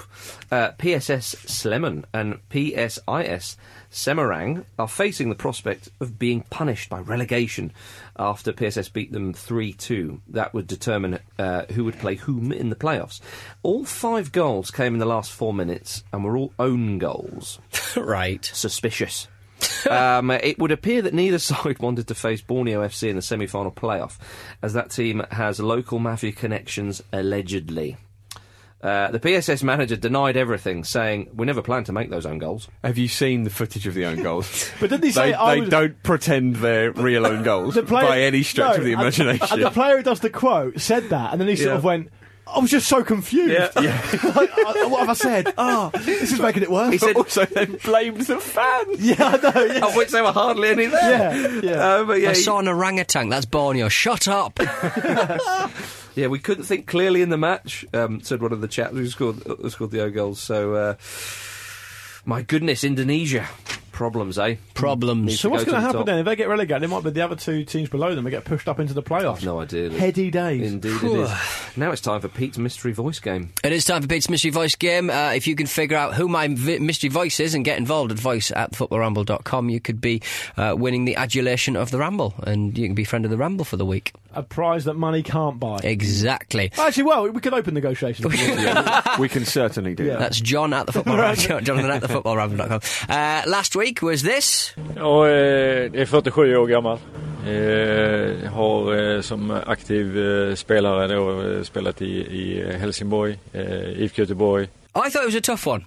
uh, PSS Sleman and PSIS Semarang are facing the prospect of being punished by relegation after PSS beat them 3 2. That would determine uh, who would play whom in the playoffs. All five goals came in the last four minutes and were all own goals
right.
suspicious. um, it would appear that neither side wanted to face Borneo FC in the semi final playoff, as that team has local mafia connections allegedly. Uh, the PSS manager denied everything, saying, We never planned to make those own goals.
Have you seen the footage of the own goals?
But didn't he say
they,
I
they
would-
don't pretend they're real own goals
The player-
by any stretch
No,
of the
and-
imagination?
And, the player who does the quote said that, and then he sort
Yeah.
of went, "I was just so confused.
Yeah.
Like, I- what have I said? Ah,
Oh.
this is making it worse."
He said,
also, they blamed the fans.
"Yeah, I know." yeah.
Of which there were hardly any there.
Yeah, yeah.
Uh, but yeah,
I
he-
saw an orangutan. That's Borneo. Shut up.
yeah, we couldn't think clearly in the match, um, said one of the chaps who scored, who scored the own goals. So, uh, my goodness, Indonesia. Problems, eh?
Problems.
So what's
go
going
to
to
the
happen
top.
then if they get relegated? It might be the other two teams below them that get pushed up into the playoffs.
No idea. Luke.
Heady days.
Indeed, it is. Now it's time for Pete's mystery voice game.
It is time for Pete's Mystery Voice game. Uh, if you can figure out who my vi- mystery voice is and get involved at voice at footballramble.com, you could be uh, winning the adulation of the Ramble and you can be friend of the Ramble for the week.
A prize that money can't buy.
Exactly.
Actually, well, we could open negotiations.
we can certainly do
Yeah.
that.
That's John at the football Ramble. Jonathan at the football Ramble.com. Uh, last week was this.
eh, Jag är är 47 år gammal. Eh, Har eh, som aktiv eh, spelare då eh, spelat i, i Helsingborg, eh, IFK Göteborg.
I thought it was a tough one.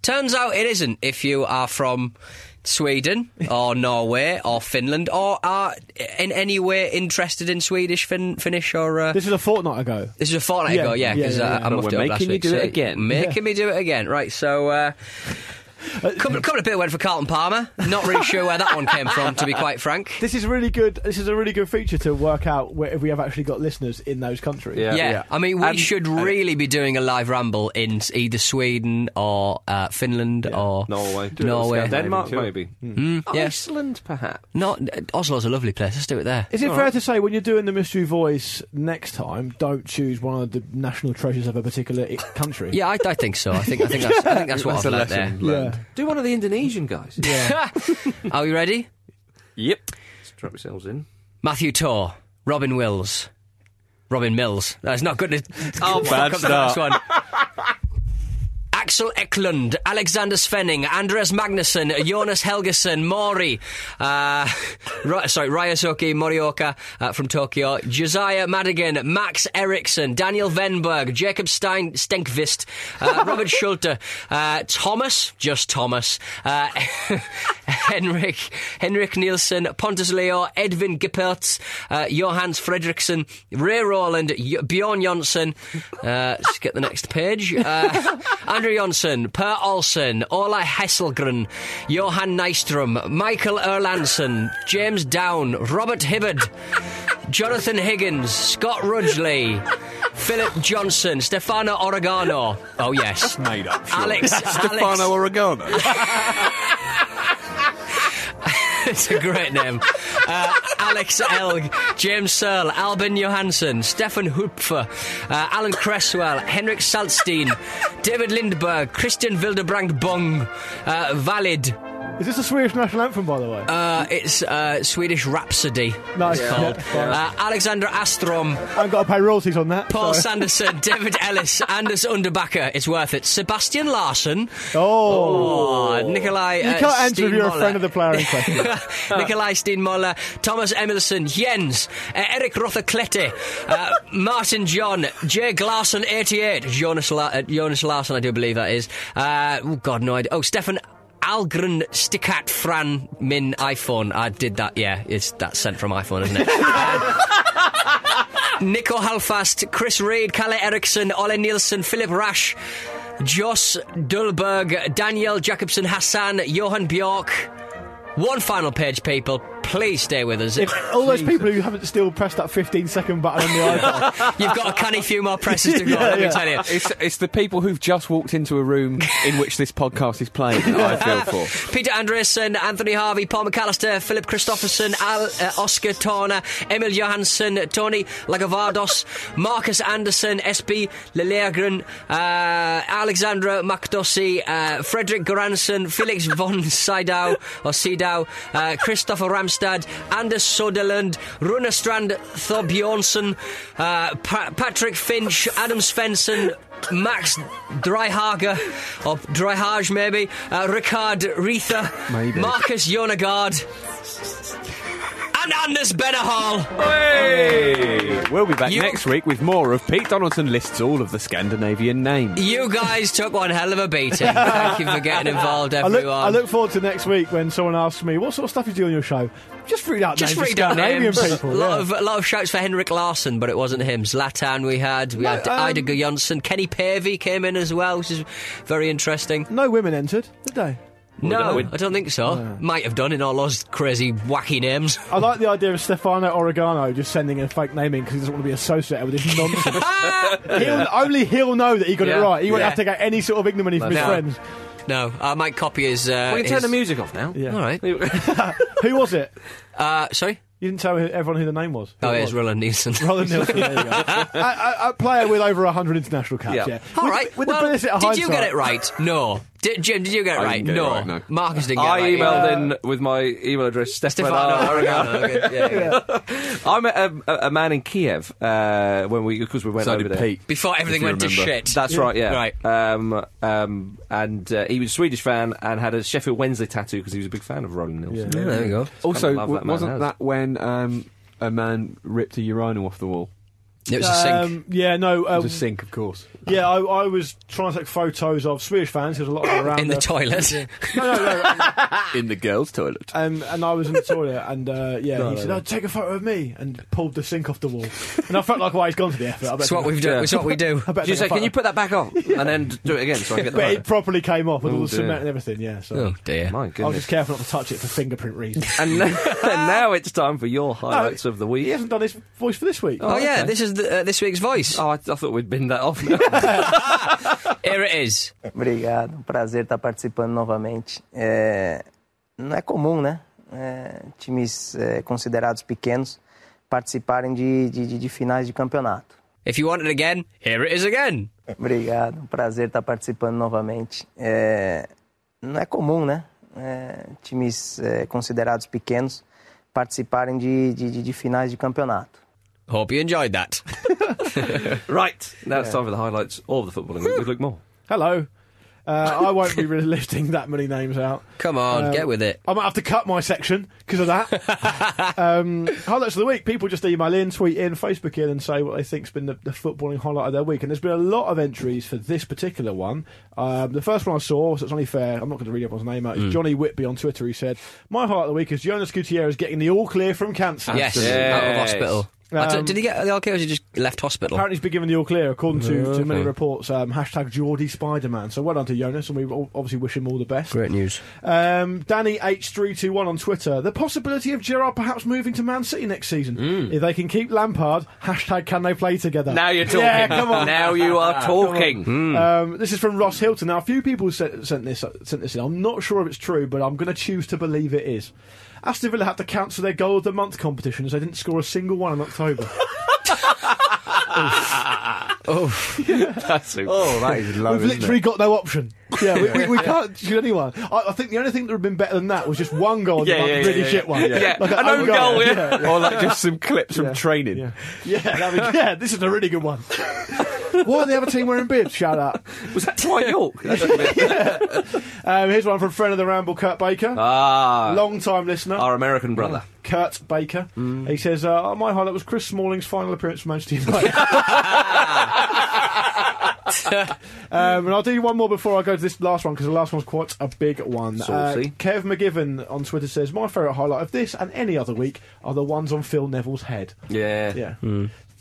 Turns out it isn't if you are from Sweden or Norway or Finland or are in any way interested in Swedish, fin- Finnish or. Uh,
this is a fortnight ago.
This is a fortnight
Yeah,
ago, yeah,
yeah,
uh, because
yeah,
I,
yeah.
I
But
muffed
we're
it up last
making you
week.
do
so
it again.
Making me do it again. Right, so uh, couple, couple of bit went for Carlton Palmer. Not really sure where that one came from, to be quite frank.
This is really good. This is a really good feature to work out where, if we have actually got listeners in those countries.
Yeah, I mean, we should really be doing a live ramble in s- either Sweden or uh, Finland or
Norway. Do it in
Norway,
Scandinavia Denmark, too. maybe.
Mm, yeah.
Iceland, perhaps.
Not uh, Oslo's a lovely place. Let's do it there.
Is it fair to say when you're doing the mystery voice next time, don't choose one of the national treasures of a particular i- country?
Yeah, I, I think so. I think I think that's, I think that's what I've learnt there.
Do one of the Indonesian guys.
Yeah. Are we ready?
Yep. Strap yourselves in.
Matthew Tor, Robin Wills, Robin Mills. That's not good. To, oh,
Bad
fuck up the
start.
next one. Axel Eklund, Alexander Svenning, Andreas Magnusson, Jonas Helgeson, Mori, uh, Ri- sorry, Ryosuke Morioka uh, from Tokyo, Josiah Madigan, Max Eriksson, Daniel Venberg, Jacob Stein- Stenkvist, uh, Robert Schulte, uh, Thomas, just Thomas, uh, Henrik, Henrik Nielsen, Pontus Leo, Edvin Gippertz, uh, Johannes Fredriksson, Ray Rowland, y- Bjorn Jonsson. Uh, let's get the next page. Uh, Andrew Jonsson, Per Olsen, Ola Hesselgren, Johan Nystrom, Michael Erlandson, James Down, Robert Hibbard, Jonathan Higgins, Scott Rudgley, Philip Johnson, Stefano Oregano. Oh, yes.
made up.
surely. Alex- Alex-
Stefano Oregano.
it's a great name. Uh, Alex Elg, James Searle, Albin Johansson, Stefan Hupfer, uh, Alan Cresswell, Henrik Saltstein, David Lindberg, Christian Wildebrand Bong, uh, Valid.
Is this a Swedish national anthem, by the way?
Uh, it's uh, Swedish Rhapsody.
Nice.
It's
Yeah.
called.
Yeah.
Uh, Alexandra Astrom,
I've got to pay royalties on that.
Paul
Sorry.
Sanderson, David Ellis, Anders Underbacker. It's worth it. Sebastian Larson.
Oh.
Oh, Nikolai.
You
uh,
can't answer if you're a
Steenmoller.
friend of the player in question.
Nikolai Steenmoller, Thomas Emilson, Jens, uh, Eric Rothaklette, uh, Martin John, Jay Glarson, 88, Jonas, La- uh, Jonas Larson, I do believe that is. Uh, oh, God, no idea. Oh, Stefan. Algren Stickat Fran Min iPhone. I did that, yeah. It's that's sent from iPhone, isn't it? Nico Halfast, Chris Reid, Kalle Eriksson, Ole Nielsen, Philip Rash, Joss Dulberg, Daniel Jacobson Hassan, Johan Bjork. One final page, people. Please stay with us.
If all those people who haven't still pressed that 15 second button on the iPhone.
You've got a canny few more presses to go,
Yeah,
let me
yeah.
tell you.
It's, it's the people who've just walked into a room in which this podcast is playing that I feel for.
Uh, Peter Andreessen, Anthony Harvey, Paul McAllister, Philip Christopherson, Al, uh, Oscar Torner, Emil Johansson, Tony Lagavardos, Marcus Anderson, SB Lillegren, uh, Alexandra McDossie, uh, Frederick Granson, Felix von Sydow, or Sydow, uh, Christopher Ramstad, Anders Soderlund, Runestrand Thorbjornsson, uh, pa- Patrick Finch, Adam Svensson, Max Dryhager, or Dryhage maybe, uh, Ricard Reether,
Maybe.
Marcus Jonagard, and Anders Benahal.
Hey! We'll be back
You-
next week with more of Pete Donaldson lists all of the Scandinavian names.
You guys took one hell of a beating. Thank you for getting involved,
I
everyone.
look, I look forward to next week when someone asks me, what sort of stuff you do on your show? Just read out
Just
names of
read out
Scandinavian
names.
people.
a lot
yeah.
of a lot of shouts for Henrik Larsson, but it wasn't him. Zlatan we had, we had
um,
Ida Johnson, Kenny Pavey came in as well, which is very interesting.
No women entered, did they?
No, I don't think
Oh,
so. Might have done in all those crazy wacky names.
I like the idea of Stefano Oregano just sending a fake name in because he doesn't want to be associated with this nonsense. he'll, only he'll know that he got
Yeah.
it right. He won't
Yeah.
have to get any sort of ignominy from his
No.
friends.
uh, No, I might copy his. Uh,
we can turn
his-
the music off now.
Yeah.
All right.
Who was it?
Uh, sorry.
You didn't tell everyone who the name was. Who
Oh,
it
it's
was.
Roland Nielsen.
Roland Nielsen. There you go. a, a- a player with over 100 international caps.
Yeah.
Yeah.
All
With-
right.
With,
well,
the benefit of
did you
hindsight-
get it right? No. Did, Jim, did you get it right?
didn't get it
no.
right, no.
Marcus didn't get
I
it right.
emailed in with my email address, Stefano.
Stefano
Aragano.
Aragano. Okay, yeah, yeah.
I met a, a, a man in Kiev uh, when we because we went
So
over
did
there.
Pete.
Before
If
everything
you
went to
remember.
shit.
That's right, yeah.
Right.
Um, um, and uh, he was a Swedish fan and had a Sheffield Wednesday tattoo because he was a big fan of Roland Nilsson.
Yeah, there we go.
Kind
Also,
of love
w-
that man,
wasn't
has.
that when um, a man ripped a urinal off the wall?
It was a sink.
Um, yeah, no. Um,
it was a sink, of course.
Yeah, I, I was trying to take photos of Swedish fans. There's a lot of them around
In the
there.
toilet.
Yeah. No, no, no.
Ah!
in the girls' toilet.
Um, and I was in the toilet, and uh, yeah,
No,
he
no,
said,
no.
"Oh, "Take a photo of me," and pulled the sink off the wall. And I felt like, "Why he's gone to the effort." I
It's
better-
what we've done- it's what we do.
I better take
You
a
say, "Can
photo."
you
put that back on?" and then do it again so I get the
But
photo.
it properly came off with
Oh,
all the
dear.
cement and everything. Yeah, so
Oh, dear. My
I was
goodness.
just careful not to touch it for fingerprint reasons.
and, now, and now it's time for your highlights of the week.
he hasn't done his voice for this week.
Oh, yeah, this is the, uh, this week's voice.
Oh, I, I thought we'd been that off.
Here it is.
Obrigado, um prazer estar participando novamente. É, não é comum, né? É, times é, considerados pequenos participarem de, de, de- de finais de campeonato.
If you want it again, here it is again.
Obrigado, um prazer estar participando novamente. É, não é comum, né? É, times é, considerados pequenos participarem de, de, de- de finais de campeonato.
Hope you enjoyed that.
right, now it's time for the highlights of the footballing week with Luke Moore.
Hello. Uh, I won't be lifting that many names out.
Come on,
Um,
get with it.
I might have to cut my section because of that. um, highlights of the week. People just email in, tweet in, Facebook in, and say what they think's been the, the footballing highlight of their week. And there's been a lot of entries for this particular one. Um, the first one I saw, so it's only fair. I'm not going to read everyone's name out. It's
Mm.
Johnny Whitby on Twitter. He said, "My highlight of the week is Jonas Gutierrez getting the all clear from cancer.
Yes, out of hospital. I don't-
Um,
did he get the okay or was he just left hospital?
Apparently, he's been given the all clear, according to, to many
Okay.
reports. Um, hashtag Geordie Spider Man. So well done to Jonas, and we all- obviously wish him all the best.
Great news.
Um, Danny H321 on Twitter. The possibility of Gerard perhaps moving to Man City next season.
Mm.
If they can keep Lampard, hashtag can they play together.
Now you're talking.
Yeah, come on.
Now you are
Come on.
talking. Hmm.
Um, this is from Ross Hilton. Now, a few people sent, sent, this, uh, sent this in. I'm not sure if it's true, but I'm going to choose to believe it is. Aston Villa had to cancel their goal of the month competition as they didn't score a single one in October.
Ah.
oh, that's a,
Oh,
that is low,
We've
isn't
literally
it?
got no option. Yeah, we, we, we can't shoot anyone. I, I think the only thing that would have been better than that was just one goal, and
Yeah,
Oh, one
yeah,
really
yeah,
shit
yeah.
one.
Yeah.
Like
An own goal, yeah. Or like just some
clips
from training.
Yeah, yeah, that'd be- yeah, this is a really good one. Why are the other team wearing bibs? Shout out.
Was that Dwight York?
Um, here's one from friend of the ramble, Kurt Baker.
Ah.
long time listener.
Our American brother. Mm.
Kurt Baker. He says, uh, "My highlight was Chris Smalling's final appearance for Manchester United." um, and I'll do one more before I go to this last one because the last one's quite a big one. Uh,
Saucy.
Kev McGivern on Twitter says, "My favourite highlight of this and any other week are the ones on Phil Neville's head."
Yeah.
Yeah.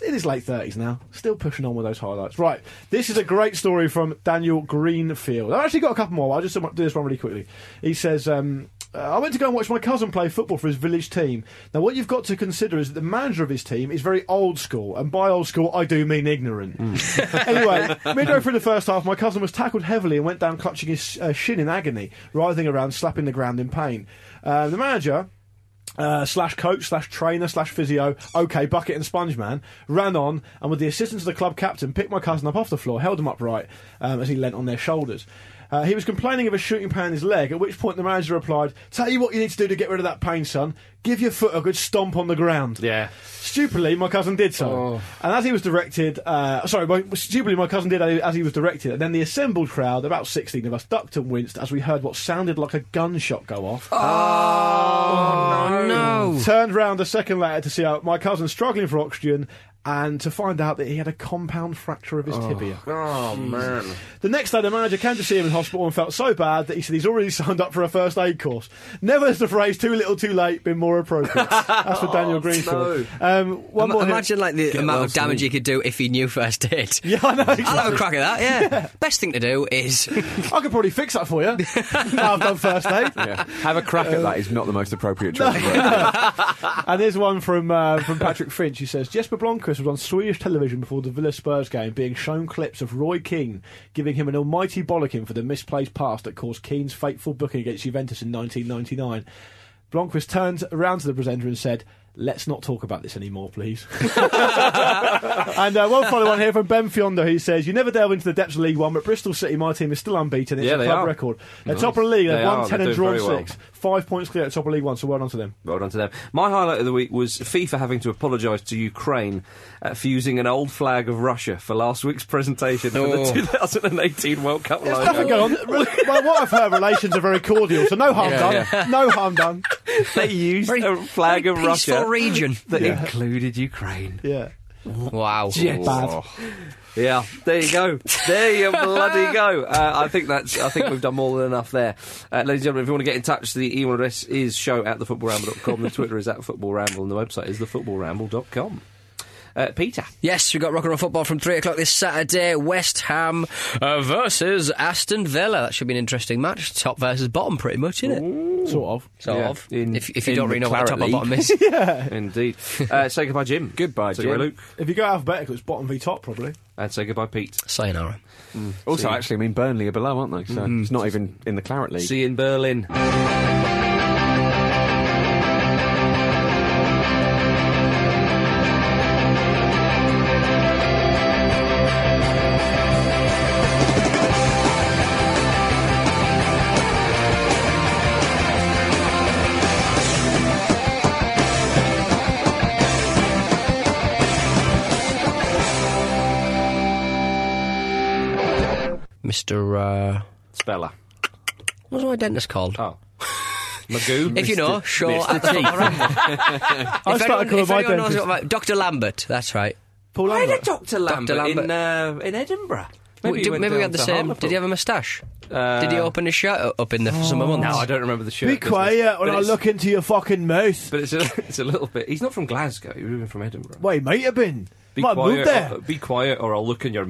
In his late 30s now, still pushing on with those highlights. Right, this is a great story from Daniel Greenfield. I've actually got a couple more, I'll just do this one really quickly. He says, um, uh, I went to go and watch my cousin play football for his village team. Now, what you've got to consider is that the manager of his team is very old school, and by old school, I do mean ignorant. anyway, midway through the first half, my cousin was tackled heavily and went down clutching his uh, shin in agony, writhing around, slapping the ground in pain. Uh, the manager uh, slash coach slash trainer slash physio okay bucket and sponge man ran on and with the assistance of the club captain picked my cousin up off the floor held him upright um, as he leant on their shoulders uh, he was complaining of a shooting pain in his leg at which point the manager replied tell you what you need to do to get rid of that pain son give your foot a good stomp on the ground
yeah
stupidly my cousin did so
Oh.
and as he was directed uh, sorry my, stupidly my cousin did as he- as he was directed and then the assembled crowd about 16 of us ducked and winced as we heard what sounded like a gunshot go off
Oh, no.
Turned round a second later to see how my cousin struggling for oxygen and to find out that he had a compound fracture of his tibia.
Oh, man.
The next day, the manager came to see him in hospital and felt so bad that he said he's already signed up for a first aid course. Never has the phrase too little too late been more appropriate. That's for Daniel Greenfield. Um, one
Im-
more here.
imagine like the amount of damage he could do if he knew first aid.
Yeah, I know.
I'll have a
exactly.
crack at that. Yeah. Best thing to do is
I could probably fix that for you. now I've done first aid.
Yeah. Have a crack
Uh,
at that is not the most appropriate
No.
choice. of words.
and here's one from uh, from Patrick Finch. He says Jesper Blomqvist was on Swedish television before the Villa Spurs game, being shown clips of Roy Keane giving him an almighty bollocking for the misplaced pass that caused Keane's fateful booking against Juventus in 1999. Blomqvist turned around to the presenter and said. Let's not talk about this anymore, please. and uh, one follow on here from Ben Fiondo. He says, You never delve into the depths of League One, but Bristol City, my team, is still unbeaten. It's
Yeah,
a
they
club
are.
record. They're
Nice.
top of the league. They've
They
won
are.
10
They're
and
doing
drawn
very well.
6. Five points clear at top of League One, so well done to them.
Well done to them. My highlight of the week was FIFA having to apologise to Ukraine uh, for using an old flag of Russia for last week's presentation for the
Oh.
2018 World Cup
There's
logo.
nothing going on. Re- well, what I've heard, relations are very cordial, so no harm
Yeah,
done.
yeah.
No harm done.
Oh, they used a flag of
peaceful
Russia
region.
that
Yeah.
included Ukraine.
Yeah.
Wow.
Yes. Yeah, there you go. There you bloody go. Uh, I think that's. I think we've done more than enough there, uh, ladies and gentlemen. If you want to get in touch, the email address is show at thefootballramble.com. The Twitter is at footballramble, and the website is thefootballramble.com. Uh, Peter.
Yes, we've got rock and roll football from three o'clock this Saturday. West Ham uh, versus Aston Villa. That should be an interesting match. Top versus bottom, pretty much, isn't it?
Sort of.
Sort
Yeah.
of.
In-
if, if you
in
don't really know what
McLaren
top and
League.
bottom is.
yeah.
Indeed. Uh, say goodbye, Jim. Goodbye, say Goodbye, Luke.
If you go alphabetical, it's bottom v top probably.
And say goodbye, Pete.
Sayonara.
Mm. Also,
See- Mm.
actually, I mean, Burnley are below, aren't they? So it's not even in the Claret League.
See you in Berlin.
Mr. Uh,
Speller.
What's my dentist called?
Oh. Magoo.
If you know,
Mr.
sure.
Mr.
at the top right.
I
If
started
anyone-
calling
if
my
anyone knows
dentist-
what my- Dr. Lambert, that's right.
Paul
I
Lambert.
had a Dr. Lambert, in, uh, in Edinburgh.
Maybe,
he
did,
went
maybe we
down
had the
to
same.
Hartlepool.
Did he have a moustache?
Uh,
did he open his shirt up in the summer months?
No, I don't remember the shirt.
Be
business.
quiet
But
when I
it's-
look into your fucking mouth.
But it's a, it's a little bit. He's not from Glasgow. He would have been from Edinburgh.
Well, he might have been.
Be
might have
quiet.
moved there.
Or, be quiet, or I'll look in your.